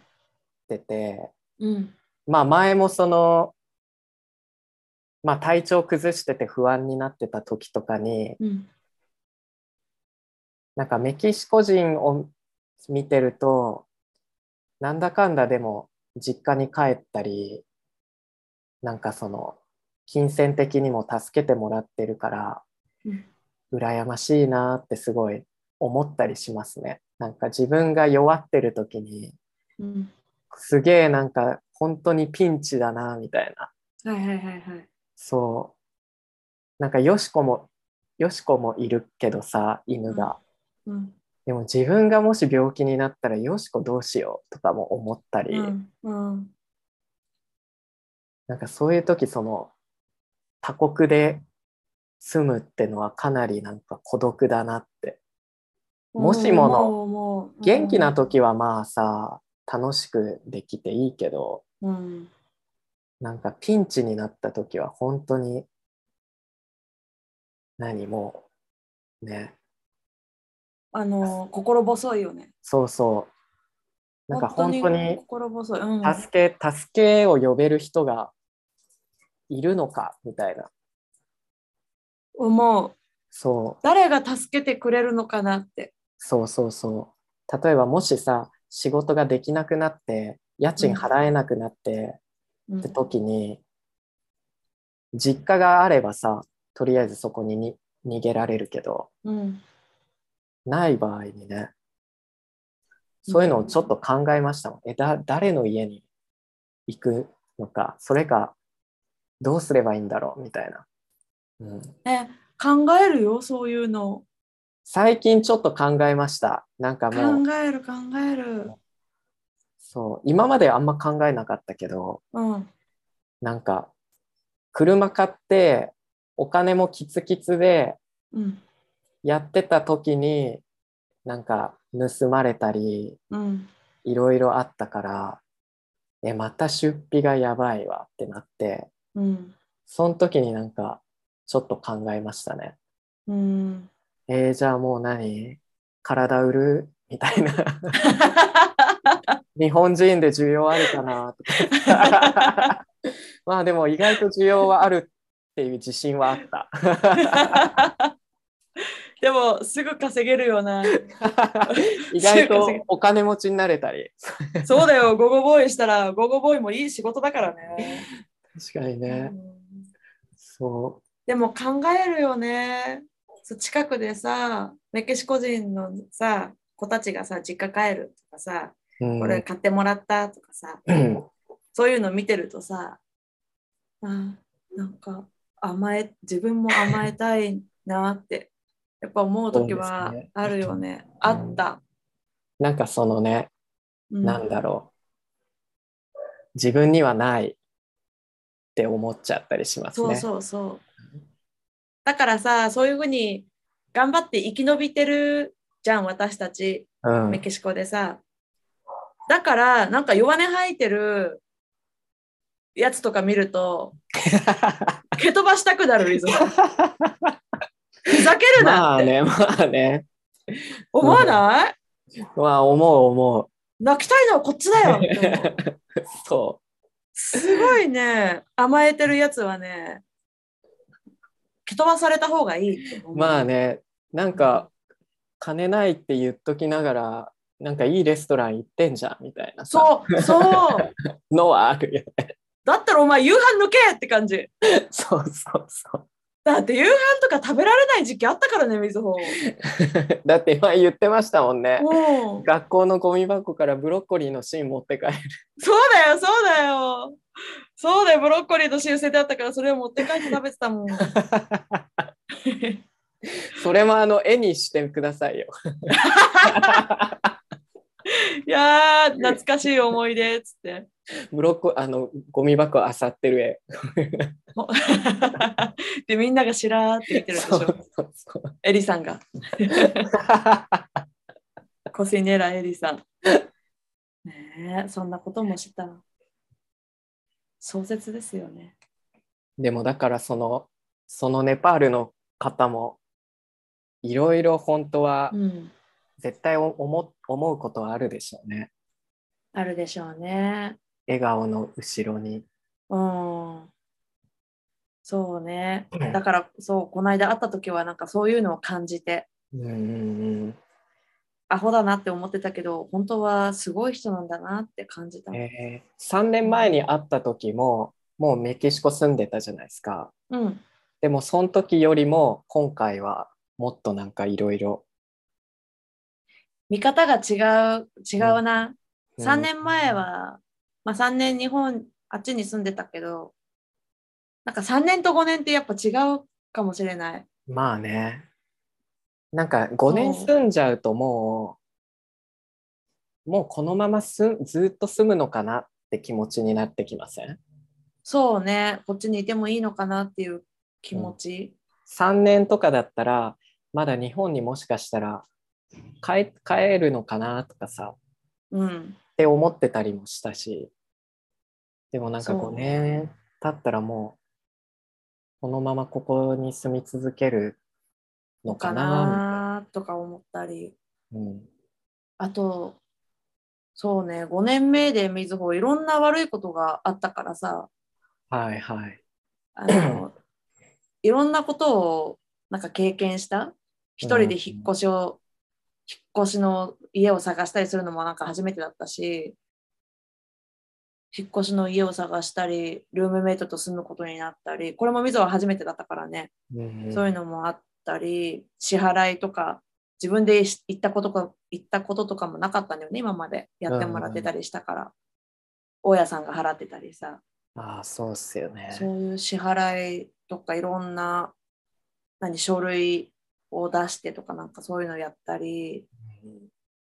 Speaker 2: てて、
Speaker 1: うん。
Speaker 2: まあ前もその、まあ、体調崩してて不安になってた時とかに
Speaker 1: うん。
Speaker 2: なんかメキシコ人を見てるとなんだかんだでも実家に帰ったりなんかその金銭的にも助けてもらってるから
Speaker 1: うん。
Speaker 2: 羨ましいなってすごい思ったりしますね。なんか自分が弱ってる時に
Speaker 1: うん。
Speaker 2: すげえなんか本当にピンチだなみたいな。
Speaker 1: はいはいはいはい。
Speaker 2: そう。なんかよしこも、よしこもいるけどさ、犬が。
Speaker 1: うん。
Speaker 2: でも自分がもし病気になったらよしこどうしようとかも思ったり、
Speaker 1: うん。うん。
Speaker 2: なんかそういう時その他国で住むってのはかなりなんか孤独だなって。もしもの
Speaker 1: うんもう
Speaker 2: 元気な、時はまあさ、楽しくできていいけど、
Speaker 1: うんうん
Speaker 2: なんかピンチになった時は本当に、何もう、ね、
Speaker 1: あのー心細いよね。
Speaker 2: そうそう。なんか本当に
Speaker 1: 心細い。うん、
Speaker 2: 助け、助けを呼べる人がいるのかみたいな。
Speaker 1: 思う。
Speaker 2: そう。
Speaker 1: 誰が助けてくれるのかなって。
Speaker 2: そうそうそう。例えばもしさ、仕事ができなくなって、家賃払えなくなって
Speaker 1: うん
Speaker 2: って時に、実家があればさ、とりあえずそこにに逃げられるけど、
Speaker 1: うん、
Speaker 2: ない場合にね、そういうのをちょっと考えましたもん。え、だ、誰の家に行くのか、それか、どうすればいいんだろうみたいな。うん、
Speaker 1: ね、考えるよ、そういうの。
Speaker 2: 最近ちょっと考えました。なんか
Speaker 1: 考
Speaker 2: もう、
Speaker 1: える、考える。
Speaker 2: そう、今まであんま考えなかったけど、
Speaker 1: うん。
Speaker 2: なんか、車買って、お金もキツキツで、
Speaker 1: うん。
Speaker 2: やってた時に、なんか、盗まれたり、
Speaker 1: うん。
Speaker 2: いろいろあったから、え、また出費がやばいわってなって、
Speaker 1: うん。
Speaker 2: その時になんか、ちょっと考えましたね。
Speaker 1: うん。
Speaker 2: えーじゃあもう何体売るみたいな。日本人で需要あるかなとか。 まあでも意外と需要はあるっていう自信はあった。
Speaker 1: でも、すぐ稼げるよな。
Speaker 2: 意外とお金持ちになれたり。
Speaker 1: そうだよ、ゴゴボーイしたら、ゴゴボーイもいい仕事だからね。
Speaker 2: 確かにね
Speaker 1: う。ん
Speaker 2: そ
Speaker 1: でも考えるよね。そう近くでさ、メキシコ人のさ、子たちがさ、実家帰るとかさ、
Speaker 2: う。うん
Speaker 1: これ買ってもらったとか さ、
Speaker 2: うん
Speaker 1: そういうの見てるとさ、あなんか甘え、自分も甘えたいなって、やっぱ思う時
Speaker 2: そ
Speaker 1: は
Speaker 2: うですね
Speaker 1: あるよね。あった。
Speaker 2: なんかそのね、
Speaker 1: う
Speaker 2: なんだろう。自分にはないって思っちゃったりします
Speaker 1: そう
Speaker 2: ね。
Speaker 1: そうそう。だからさ、そういうふうに頑張って生き延びてるじゃん、私たち、
Speaker 2: うん
Speaker 1: メキシコでさ。だから、なんか弱音吐いてるやつとか見ると、蹴飛ばしたくなる リゾ。ふざける
Speaker 2: ま
Speaker 1: なっ
Speaker 2: あ
Speaker 1: て
Speaker 2: ね、まあね。
Speaker 1: 思わない、
Speaker 2: まあ思う 思
Speaker 1: 泣きたいのはこっちだよ って思う。
Speaker 2: う。そ
Speaker 1: すごいね、甘えてるやつはね、蹴飛ばされた方がいいって思
Speaker 2: う。
Speaker 1: う。
Speaker 2: まあね、なんか、金ないって言っときながら、なんかいいレストラン行ってんじゃんみたいなさ
Speaker 1: そう、そう。
Speaker 2: のはあるよね。
Speaker 1: だったらお前夕飯抜けって感じ。
Speaker 2: そうそうそう。
Speaker 1: だって夕飯とか食べられない時期あったからね、みずほ。
Speaker 2: だって今言ってましたもんね。
Speaker 1: うん
Speaker 2: 学校のゴミ箱からブロッコリーの芯持って帰る。
Speaker 1: そうだよ、そうだよ。そうだよ、ブロッコリーと新鮮だったからそれを持って帰って食べてたもん。
Speaker 2: それもあの絵にしてくださいよ。
Speaker 1: いやー、懐かしい思い出っつって。
Speaker 2: ブロッコあのゴミ箱あさってる
Speaker 1: で、みんながしらーって見て
Speaker 2: 絵。
Speaker 1: るでし
Speaker 2: そう
Speaker 1: ょ。
Speaker 2: そうそう。
Speaker 1: エリさんが。コシネラエリさん。 ねえ、そんなこともした。小説ですよね。
Speaker 2: でもだからそのそのネパールの方もいろいろ本当は
Speaker 1: うん、
Speaker 2: 絶対お思思うことはあるでしょうね。
Speaker 1: あるでしょうね。
Speaker 2: 笑顔の後ろに。
Speaker 1: うんそうね
Speaker 2: うん。
Speaker 1: だから、そう、この間会った時は、なんかそういうのを感じて、
Speaker 2: うんうん
Speaker 1: アホだなって思ってたけど、本当はすごい人なんだなって感じた。
Speaker 2: うん
Speaker 1: う
Speaker 2: えー、3年前に会った時ももうメキシコ住んでたじゃないですか。
Speaker 1: ん。
Speaker 2: でもその時よりも今回はもっとなんかいろいろ。
Speaker 1: 見方が違う、違うな。
Speaker 2: うん
Speaker 1: 3年前は、まあ3年日本、あっちに住んでたけど、なんか3年と5年ってやっぱ違うかもしれない。
Speaker 2: まあね。なんか5年住んじゃうともう、もうこのまますずっと住むのかなって気持ちになってきません
Speaker 1: そうね、こっちにいてもいいのかなっていう気持ち。
Speaker 2: 3年とかだったら、まだ日本にもしかしたら帰帰るのかなとかさ、
Speaker 1: うん、
Speaker 2: って思ってたりもしたし、でもなんか
Speaker 1: そう
Speaker 2: 5年経ったらもう、このままここに住み続けるのか
Speaker 1: か
Speaker 2: な、
Speaker 1: なーとか思ったり
Speaker 2: うん、
Speaker 1: あとそうね5年目でみずほいろんな悪いことがあったからさ
Speaker 2: はいはい。
Speaker 1: あのいろんなことをなんか経験した一人で引っ越しを、引っ越しの家を探したりするのもなんか初めてだったし引っ越しの家を探したりルームメイトと住むことになったりこれもみずほは初めてだったからね、
Speaker 2: うん
Speaker 1: そういうのもあったり、支払いとか、自分でし行ったことか行ったこととかもなかったんだよね、今まで。やってもらってたりしたから。大家さんが払ってたりさ、
Speaker 2: ああ、そうっすよね。
Speaker 1: そういう支払いとか、いろんな何書類を出してとか、なんかそういうのやったり、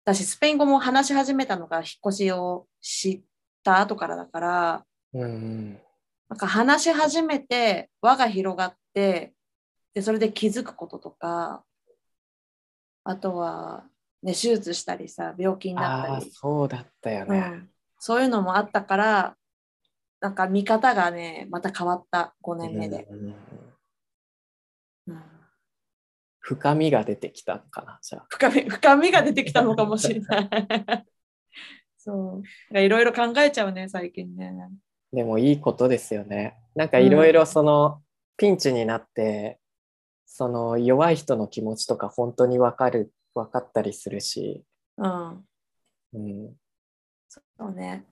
Speaker 1: 私、スペイン語も話し始めたのが、引っ越しを知った後からだから、
Speaker 2: うん
Speaker 1: なんか話し始めて輪が広がってでそれで気づくこととかあとは、ね、手術したりさ病気にな
Speaker 2: あ
Speaker 1: っ
Speaker 2: あ
Speaker 1: たり、
Speaker 2: そうだったよ
Speaker 1: う
Speaker 2: ね。
Speaker 1: ん、そういうのもあったからなんか見方がねまた変わった5年目で、
Speaker 2: うん
Speaker 1: うん
Speaker 2: 深みが出てきたのかなじゃあ。
Speaker 1: 深み深みが出てきたのかもしれない そうなんかいろいろ考えちゃうね最近ね
Speaker 2: でもいいことですよね。なんかいろいろその、ピンチになってその弱い人の気持ちとか本当に分かる分かったりするし、
Speaker 1: うん
Speaker 2: うん、
Speaker 1: そうね、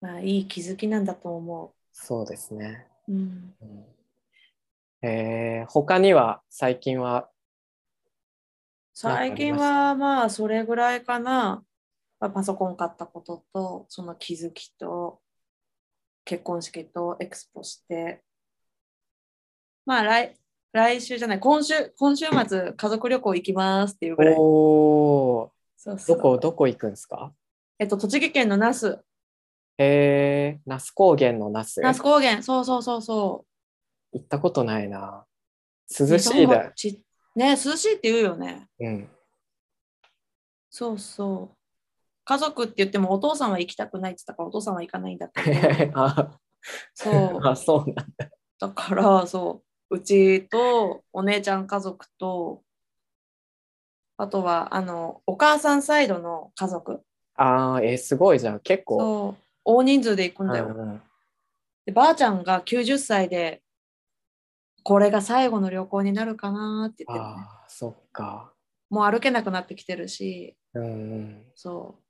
Speaker 1: まあ、いい気づきなんだと思
Speaker 2: そうですね。
Speaker 1: う、うん、
Speaker 2: うんえー他には最近は、
Speaker 1: 最近はまあそれぐらいかな、まあ、パソコン買ったこととその気づきと結婚式とエクスポしてまあ来来週じゃない今週今週末家族旅行行きますっていうぐらい
Speaker 2: おー
Speaker 1: そうそう
Speaker 2: どこどこ行くんですか
Speaker 1: えっと栃木県の那須
Speaker 2: えー、那須高原の那須
Speaker 1: 那須高原そうそうそうそ
Speaker 2: 行ったことない
Speaker 1: う
Speaker 2: な。涼しい
Speaker 1: 日本
Speaker 2: だ
Speaker 1: は。ちね涼しいって言うよね
Speaker 2: うん。
Speaker 1: そうそう家族って言ってもお父さんは行きたくないって言ったからお父さんは行かないんだって
Speaker 2: あ
Speaker 1: そう
Speaker 2: あ、そうなん
Speaker 1: だからそううちとお姉ちゃん家族とあとはあのお母さんサイドの家族
Speaker 2: ああ、えーすごいじゃん。結構。
Speaker 1: そう大人数で行くん
Speaker 2: う
Speaker 1: だ
Speaker 2: ん
Speaker 1: よ、
Speaker 2: うん
Speaker 1: でばあちゃんが90歳でこれが最後の旅行になるかなって言ってるね、
Speaker 2: ああ、そっか。
Speaker 1: もう歩けなくなってきてるし
Speaker 2: うんうん。
Speaker 1: そう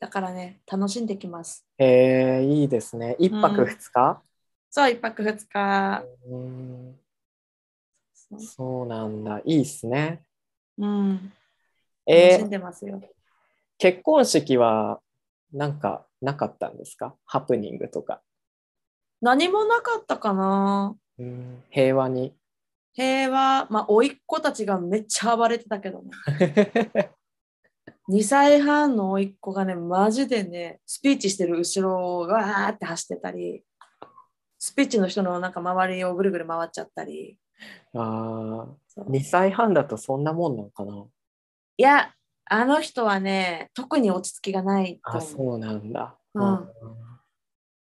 Speaker 1: だからね楽しんできます
Speaker 2: えーいいですね。一
Speaker 1: う
Speaker 2: 泊
Speaker 1: ん
Speaker 2: 二日、
Speaker 1: そう1泊2日
Speaker 2: うん、
Speaker 1: そう
Speaker 2: そうなんだ。いいっすね。
Speaker 1: うん楽
Speaker 2: え
Speaker 1: しん
Speaker 2: ー
Speaker 1: でますよ、
Speaker 2: 結婚式はなんかなかったんですかハプニングとか。
Speaker 1: 何もなかったかな
Speaker 2: うん、平和に。
Speaker 1: 平和、まあ、甥っ子たちがめっちゃ暴れてたけどね。2歳半の甥っ子がね、マジでね、スピーチしてる後ろをわーって走ってたり、スピーチの人のなんか周りをぐるぐる回っちゃったり。
Speaker 2: ああ、
Speaker 1: そう
Speaker 2: 2歳半だとそんなもんなのかな。
Speaker 1: いや、あの人はね、特に落ち着きがないと
Speaker 2: あ
Speaker 1: 思う。
Speaker 2: そうなんだ。
Speaker 1: うん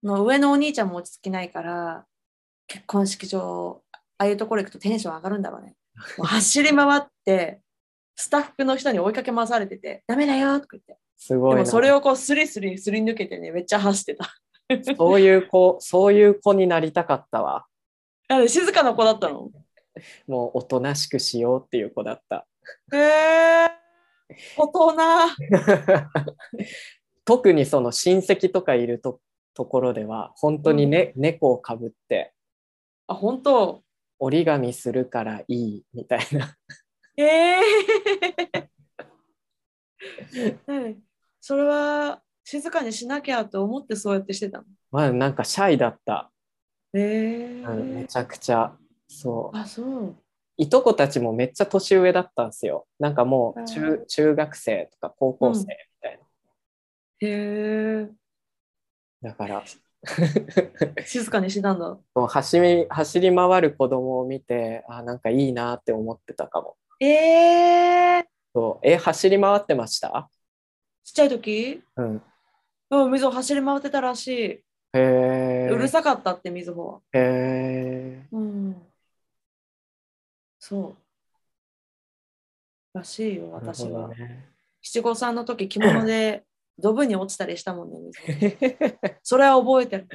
Speaker 1: の上のお兄ちゃんも落ち着きないから、結婚式場、ああいうところ行くとテンション上がるんだろう ね。もう走り回って、スタッフの人に追いかけ回されてて、ダメだよとか言って。
Speaker 2: すごい
Speaker 1: で
Speaker 2: な。
Speaker 1: もそれをこうスリスリすり抜けてねめっちゃ走ってた
Speaker 2: そういう子、そういう子になりたかったわ。
Speaker 1: あの静かな子だったの
Speaker 2: もうおとなしくしようっていう子だった。
Speaker 1: へえ大人
Speaker 2: 特にその親戚とかいるとところでは、本当にね、猫をかぶって
Speaker 1: あ本当
Speaker 2: 折り紙するからいいみたいな。
Speaker 1: へえ 何それは静かにしなきゃと思ってそうやってしてたの
Speaker 2: まあなんかシャイだった。
Speaker 1: へ
Speaker 2: うんめ
Speaker 1: え
Speaker 2: ちゃくちゃ。そう。
Speaker 1: あそう
Speaker 2: いとこたちもめっちゃ年上だったんですよ。なんかもう中,、
Speaker 1: う
Speaker 2: 中学生とか高校生みたいな。
Speaker 1: へえ
Speaker 2: だから
Speaker 1: 静かにしてたんだ。
Speaker 2: もう走り走り回る子供を見てあなんかいいなって思ってたかも
Speaker 1: ええ
Speaker 2: そうえ走り回ってました、
Speaker 1: ちっちゃい時
Speaker 2: うん、
Speaker 1: うん、みずほ走り回ってたらしい。
Speaker 2: へえ
Speaker 1: うるさかったって、みずほは。
Speaker 2: へえ
Speaker 1: うん。そう。らしいよ、
Speaker 2: なる
Speaker 1: 私
Speaker 2: ほど
Speaker 1: は。
Speaker 2: ね
Speaker 1: 七五三の時、着物 でドブに落ちたりしたもんね、みずほ それは覚えてる。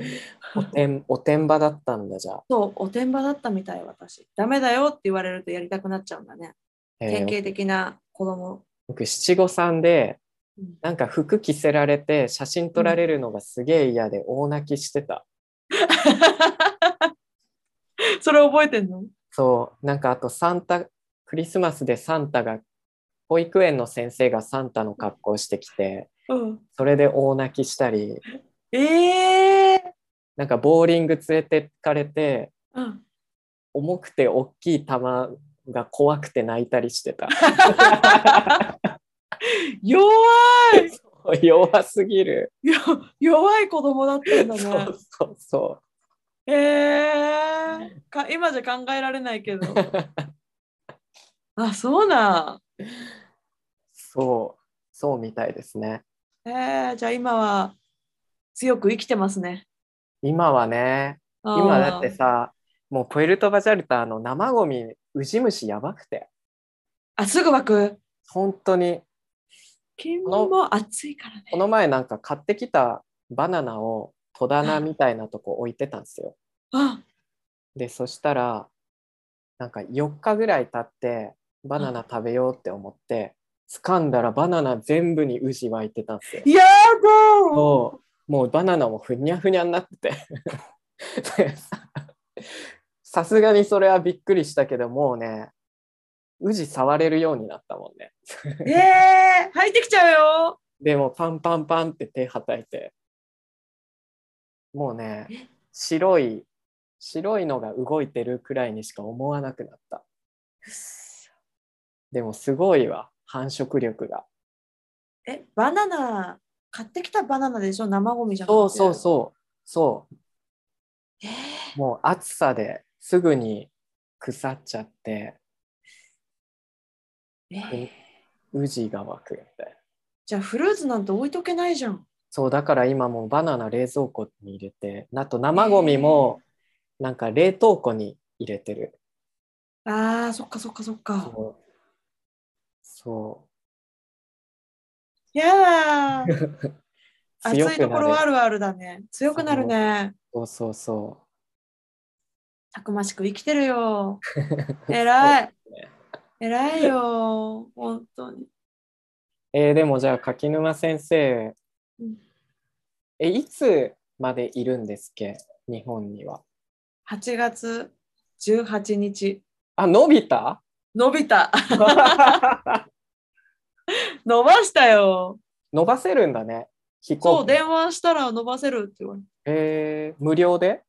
Speaker 2: おてんおてんばだったんだじゃあ、
Speaker 1: そう、おてんばだったみたい、私。ダメだよって言われるとやりたくなっちゃうんだね。
Speaker 2: え
Speaker 1: 典
Speaker 2: ー、
Speaker 1: 型的な子供。
Speaker 2: 僕七五三で
Speaker 1: うん
Speaker 2: なんか服着せられて写真撮られるのがすげえ嫌で大泣きしてた、
Speaker 1: それ覚えてんの
Speaker 2: そうなんかあとサンタクリスマスでサンタが保育園の先生がサンタの格好してきて
Speaker 1: うん。
Speaker 2: それで大泣きしたり
Speaker 1: ええ
Speaker 2: なんかボーリング連れてかれて
Speaker 1: うん。
Speaker 2: 重くて大きい球が怖くて泣いたりして た
Speaker 1: 弱い
Speaker 2: 弱すぎる、
Speaker 1: よ弱い子供だったんだ
Speaker 2: そ
Speaker 1: ね
Speaker 2: う。そうそ
Speaker 1: ええか今じゃ考えられないけ ど。
Speaker 2: う
Speaker 1: あ、そうなん。
Speaker 2: そうそうみたいですね
Speaker 1: ええじゃあ今は強く生きてますね。
Speaker 2: 今はね
Speaker 1: あー
Speaker 2: 今だってさもうプエルトバジャルタの生ゴミウジ虫やばくて
Speaker 1: あ、すぐ湧く。
Speaker 2: 本当に
Speaker 1: 金も暑いからね。
Speaker 2: この前なんか買ってきたバナナを戸棚みたいなとこ置いてたんですよ。
Speaker 1: あ、
Speaker 2: でそしたらなんか4日ぐらい経ってバナナ食べようって思って掴んだらバナナ全部にウジ湧いてたんですよ。
Speaker 1: やだ
Speaker 2: そうもうバナナもふにゃふにゃになってて でささすがにそれはびっくりしたけどもうねウジ触れるようになったもんね。
Speaker 1: ええ入ってきちゃう よ。
Speaker 2: でもパンパンパンって手はたいてもうね白い白いのが動いてるくらいにしか思わなくなったでもすごいわ繁殖力が
Speaker 1: え、バナナ、買ってきたバナナでしょ生ゴミじゃなくて。
Speaker 2: そうそうそうそ
Speaker 1: ええ
Speaker 2: うもう暑さですぐに腐っちゃって
Speaker 1: ええ
Speaker 2: ウジが湧くみたいな
Speaker 1: じゃあフルーツなんて置いとけないじゃん。
Speaker 2: そうだから今もうバナナ冷蔵庫に入れてあと生ゴミもなんか冷凍庫に入れてる
Speaker 1: ああ、そっかそっかそっか。
Speaker 2: そうそう
Speaker 1: やだー。暑
Speaker 2: 強
Speaker 1: い
Speaker 2: く
Speaker 1: ところあ
Speaker 2: なる。
Speaker 1: るあるだね。強くなるね。
Speaker 2: そうそうそ
Speaker 1: たくましく生きてる よ。
Speaker 2: う。
Speaker 1: 偉い
Speaker 2: そうですね。
Speaker 1: 偉いよ。本当に。
Speaker 2: えーでもじゃあ柿沼先生
Speaker 1: うん、
Speaker 2: えいつまでいるんですっけ日本には。
Speaker 1: 8月18日。
Speaker 2: あ伸 びた
Speaker 1: 伸びた。伸ばしたよ。
Speaker 2: 伸ばせるんだね。飛
Speaker 1: そ
Speaker 2: 行
Speaker 1: う、
Speaker 2: 機。
Speaker 1: 電話したら伸ばせるって言われて。
Speaker 2: えー無料で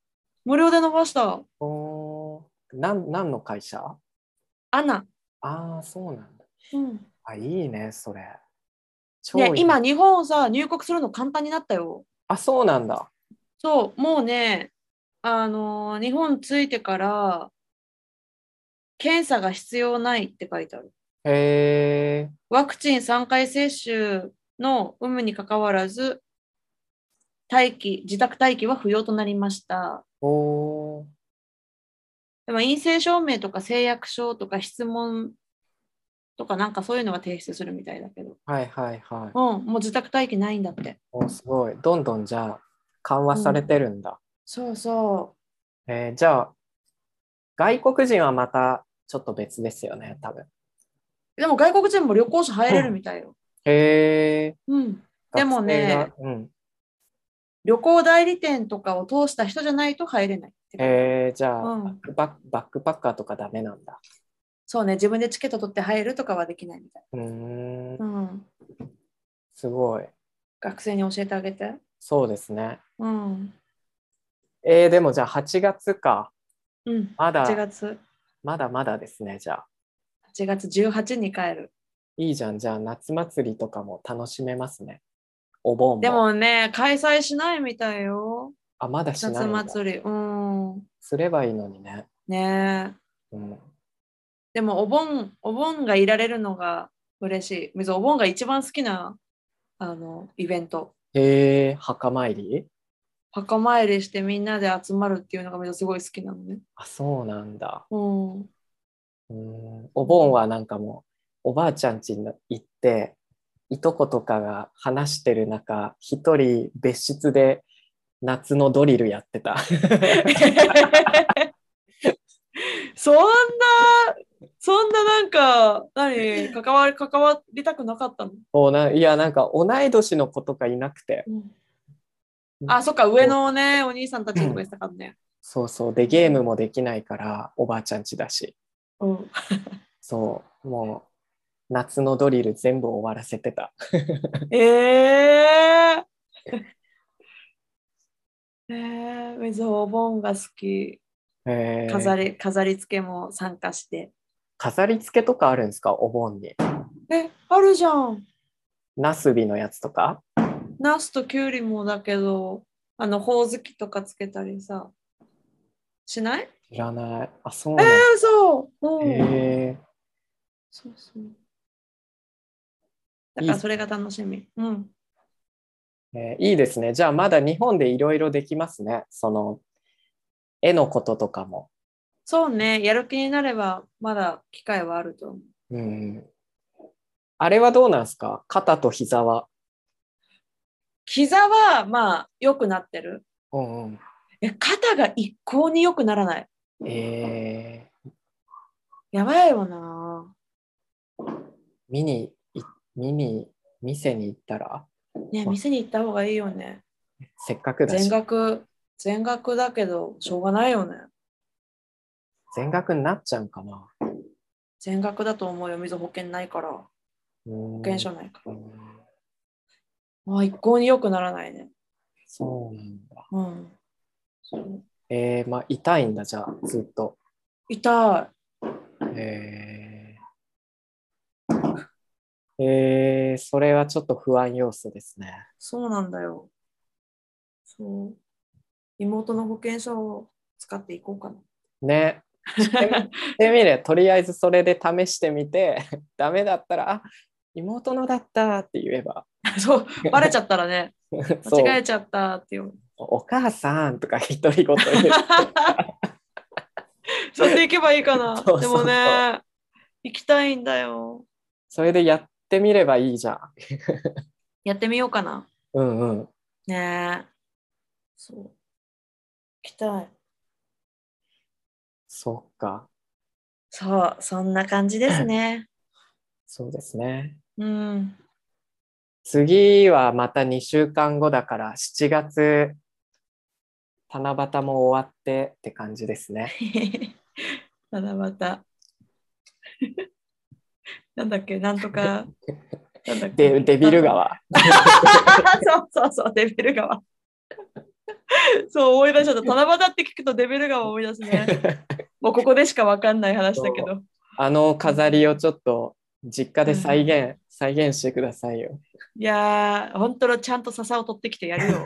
Speaker 1: 無料で伸ばした。
Speaker 2: おーなん何の会社
Speaker 1: アナ。
Speaker 2: ああそうなんだ。
Speaker 1: うん、
Speaker 2: あいいねそれ。超いい
Speaker 1: ね、今、日本さ、入国するの簡単になったよ。
Speaker 2: あそうなんだ。
Speaker 1: そう、もうね、あのー日本着いてから、検査が必要ないって書いてある。
Speaker 2: へえ
Speaker 1: ワクチン3回接種の有無にかかわらず、待機、自宅待機は不要となりました。
Speaker 2: おー
Speaker 1: でも陰性証明とか誓約書とか質問とかなんかそういうのは提出するみたいだけど、
Speaker 2: はいはいはい。
Speaker 1: うん、もう自宅待機ないんだって。
Speaker 2: おすごい。どんどんじゃあ緩和されてるんだ。
Speaker 1: そうそ
Speaker 2: えーじゃあ外国人はまたちょっと別ですよね、多分。
Speaker 1: う。でも外国人も旅行者入れるみたいよ。
Speaker 2: へえ。
Speaker 1: うん。でもね
Speaker 2: 学生が、うん、
Speaker 1: 旅行代理店とかを通した人じゃないと入れないって感じ
Speaker 2: えーじゃあ、
Speaker 1: うん
Speaker 2: バックパバックパッカーとかダメなんだ。
Speaker 1: そうね、自分でチケット取って入るとかはできないみたい。
Speaker 2: うーん、
Speaker 1: うん。
Speaker 2: すごい。
Speaker 1: 学生に教えてあげて。
Speaker 2: そうですね。
Speaker 1: うん。
Speaker 2: えーでもじゃあ8月か。
Speaker 1: うん。
Speaker 2: ま
Speaker 1: 8
Speaker 2: だ、
Speaker 1: 月、
Speaker 2: まだまだですね、じゃあ。
Speaker 1: 8月18に帰る。
Speaker 2: いいじゃん、じゃあ夏祭りとかも楽しめますね。お盆も。
Speaker 1: でもね、開催しないみたいよ。
Speaker 2: あ、まだしない
Speaker 1: 夏
Speaker 2: んだ。
Speaker 1: 祭り。うん。
Speaker 2: すればいいのにね。
Speaker 1: ねえ。
Speaker 2: うん。
Speaker 1: でもお盆、お盆がいられるのが嬉しい。水お盆が一番好きなあのイベント。
Speaker 2: へえ、墓参り
Speaker 1: 墓参りしてみんなで集まるっていうのが水すごい好きなのね。
Speaker 2: あ、そうなんだ。
Speaker 1: うん。
Speaker 2: うん。お盆はなんかもう、おばあちゃん家に行って、いとことかが話してる中、一人別室で夏のドリルやってた。
Speaker 1: そんな、そんななんか、何、関わり、関わりたくなかったの、
Speaker 2: もうないや、なんか同い年の子とかいなくて。
Speaker 1: あ、そっか、上のね、お兄さんたちとかしたからね。
Speaker 2: そうそう。で、ゲームもできないから、おばあちゃん家だし。
Speaker 1: うん。
Speaker 2: そう。もう、夏のドリル全部終わらせてた。
Speaker 1: ええええ水お盆が好き。
Speaker 2: へー
Speaker 1: 飾り、飾り付けも参加して。
Speaker 2: 飾り付けとかあるんですかお盆に。
Speaker 1: え、あるじゃん。
Speaker 2: ナスビのやつとか
Speaker 1: ナスとキュウリもだけど、あの、ほおずきとかつけたりさ。しない
Speaker 2: いらない。あ、そう
Speaker 1: え
Speaker 2: なんだ。
Speaker 1: ー、そう。うん。
Speaker 2: へー
Speaker 1: そうそう。だからそれが楽しみ。うん。
Speaker 2: えーいいですね。じゃあ、まだ日本でいろいろできますね。その、絵のこととかも。
Speaker 1: そうね、やる気になれば、まだ機会はあると思う。
Speaker 2: うん。あれはどうなんですか肩と膝は。
Speaker 1: 膝は、まあ、良くなってる。
Speaker 2: うんうん。
Speaker 1: え、肩が一向に良くならない。
Speaker 2: えー
Speaker 1: やばいよな。
Speaker 2: 見にい、見に、店に行ったら、
Speaker 1: ね、店に行った方がいいよね。
Speaker 2: せっかくだし
Speaker 1: 全、額、全額だけど、しょうがないよね。
Speaker 2: 全額になっちゃうかな。
Speaker 1: 全額だと思うよ。水保険ないから、保
Speaker 2: 保
Speaker 1: 険証ないか
Speaker 2: う
Speaker 1: ら。
Speaker 2: ん
Speaker 1: まあ、一向に良くならないね。
Speaker 2: そうなんだ。
Speaker 1: うん。そう
Speaker 2: えー、まあ、痛いんだ、じゃあ、ずっと。
Speaker 1: 痛い。
Speaker 2: えー、えーそれはちょっと不安要素ですね。
Speaker 1: そうなんだよ。そう。妹の保険証を使っていこうかな。
Speaker 2: ね。して みしてみれ、とりあえずそれで試してみて、 ダメだったら、あ妹のだったって言えば、
Speaker 1: そう、バレちゃったらね、
Speaker 2: そう
Speaker 1: 間違えちゃったって いう。
Speaker 2: お母さんとか独り 言言う
Speaker 1: それで行けばいいかな。
Speaker 2: そうそう
Speaker 1: でも
Speaker 2: そう
Speaker 1: ね、行きたいんだよ。
Speaker 2: それでやってみればいいじゃん。
Speaker 1: やってみようかな。
Speaker 2: うんうん。
Speaker 1: ねえ。そう。行きたい。
Speaker 2: そっか。
Speaker 1: そう、そんな感じですね。
Speaker 2: そうですね。
Speaker 1: うん。
Speaker 2: 次はまた2週間後だから、7月、七夕も終わってって感じですね。
Speaker 1: ただ また。なんだっけ、なんとか。なんだっけ
Speaker 2: で、デビル川。
Speaker 1: そうそうそう、デビル川。 そう思い出しちゃった。七夕って聞くとデビル川を思い出す ね。もうここでしかわかんない話だけど。
Speaker 2: あの飾りをちょっと実家で再現、再現してください よ。
Speaker 1: いやー、本当のちゃんと笹を取ってきてやる よ。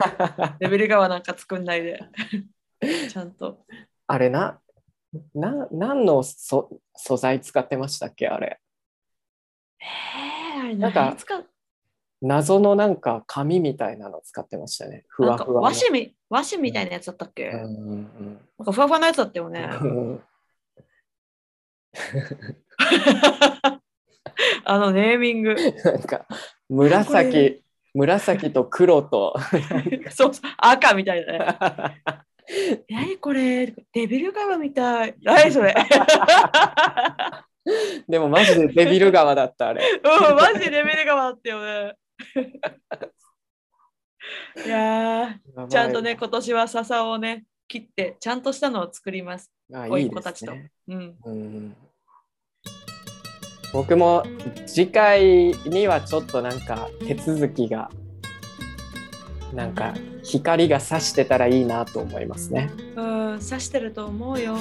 Speaker 1: デビル川なんか作んないで。 ちゃんと。
Speaker 2: あれな、な、何のそ素材使ってましたっけあれ。
Speaker 1: えー、あれ
Speaker 2: なんか
Speaker 1: 何使う
Speaker 2: 謎のなんか紙みたいなの使ってましたね。ふ
Speaker 1: なん
Speaker 2: わ
Speaker 1: か
Speaker 2: ふわの。
Speaker 1: 和紙み和紙みたいなやつだったっけ、
Speaker 2: うんうん
Speaker 1: なんかふわふわのやつだったよね。
Speaker 2: うんうん。
Speaker 1: あのネーミン グ。
Speaker 2: なんか紫、紫と黒と。
Speaker 1: そうそう赤みたいなね。何これデビル川みたい。何それ
Speaker 2: でもマジでデビル川だったあれ。
Speaker 1: うん、マジでレベルが回ったよね。 いやー、ちゃんとね、今年は笹をね、切って、ちゃんとしたのを作ります。
Speaker 2: あ、
Speaker 1: こうい
Speaker 2: いうい
Speaker 1: 子
Speaker 2: で
Speaker 1: た
Speaker 2: す
Speaker 1: ちと
Speaker 2: ね。
Speaker 1: うん。
Speaker 2: うん僕も次回にはちょっとなんか手続きがなんか光が差してたらいいなと思いますね。
Speaker 1: うん、刺してると思うよ。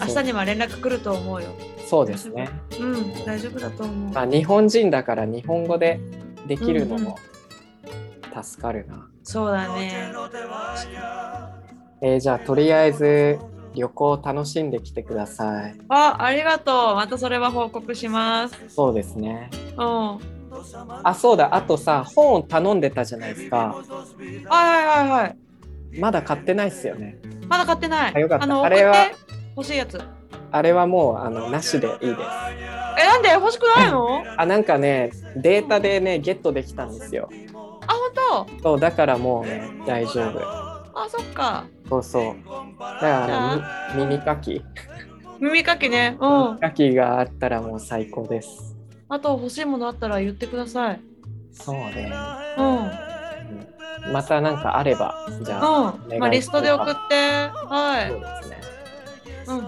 Speaker 1: 明
Speaker 2: そ
Speaker 1: 日
Speaker 2: う
Speaker 1: には連絡来ると思うよ。
Speaker 2: そうですね。
Speaker 1: うん、大丈夫だと思う。
Speaker 2: まあ日本人だから日本語でできるのも助かるな。
Speaker 1: そうだね。
Speaker 2: えーじゃあとりあえず旅行楽しんできてください。
Speaker 1: あ、ありがとう。またそれは報告します。
Speaker 2: そうですね。
Speaker 1: うん。は
Speaker 2: あ、そうだ。あとさ、本頼んでたじゃないですか。
Speaker 1: いはいはいはい。
Speaker 2: まだ買ってないっすよね。
Speaker 1: まだ買ってない。
Speaker 2: あよかった
Speaker 1: の、
Speaker 2: あれは
Speaker 1: 送って欲しいやつ。え、
Speaker 2: あれはもうあのなしでいいです。
Speaker 1: なんで欲しくないの？
Speaker 2: あ、なんかね、データでね、ゲットできたんですよ。
Speaker 1: あ、本
Speaker 2: そう、だからもうね、大丈夫。
Speaker 1: 当。あ、そっか。
Speaker 2: そうそう。だからみ耳かき。
Speaker 1: 耳かきね。うん。
Speaker 2: ラッキーがあったらもう最高です。
Speaker 1: あと欲しいものあったら言ってください。
Speaker 2: そうね。
Speaker 1: うん。うん。
Speaker 2: またなんかあれば、じゃあ。
Speaker 1: まあリストで送って。は
Speaker 2: そう
Speaker 1: い。
Speaker 2: ですね。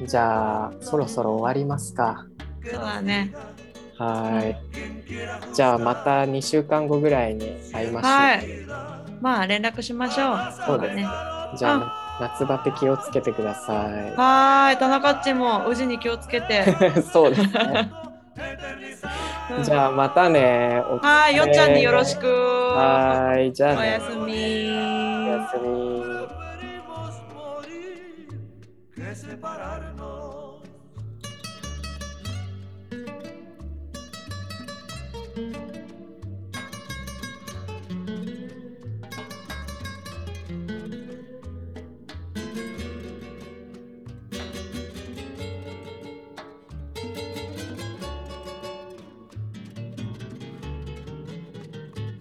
Speaker 1: うん。
Speaker 2: じゃあ、そろそろ終わりますか。
Speaker 1: そうだね。
Speaker 2: はい。じゃあ、また2週間後ぐらいに会いましょう。
Speaker 1: はい。まあ連絡しましょう。
Speaker 2: そうですね。
Speaker 1: ね。
Speaker 2: じゃあ、夏バテ気をつけてくださ
Speaker 1: はーい。田中っちも宇治に気をつけて。
Speaker 2: い。そうです ね。じゃあ、またね。お
Speaker 1: はい、よっちゃんによろしく。
Speaker 2: はい。じ
Speaker 1: お
Speaker 2: ゃあ、
Speaker 1: や
Speaker 2: ね、
Speaker 1: すみ。
Speaker 2: おやすみ。
Speaker 3: Podemos morir que separarnos.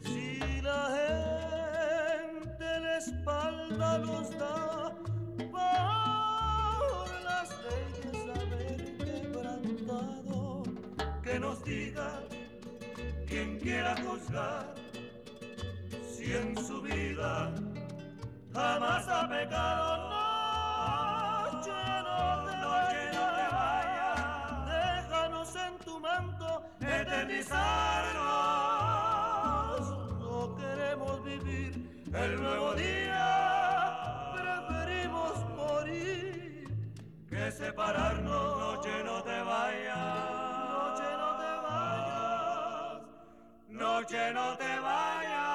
Speaker 3: Si la gente la espalda nos da por las leyes haber quebrantado, que nos diga quien quiera juzgar si en su vida jamás ha pecado. Noche, no te vayas, déjanos en tu manto eternizarnos. No queremos vivir el nuevo día, preferimos morir que separarnos. Noche, no te vayas, noche, no te vayas, noche, no te vayas.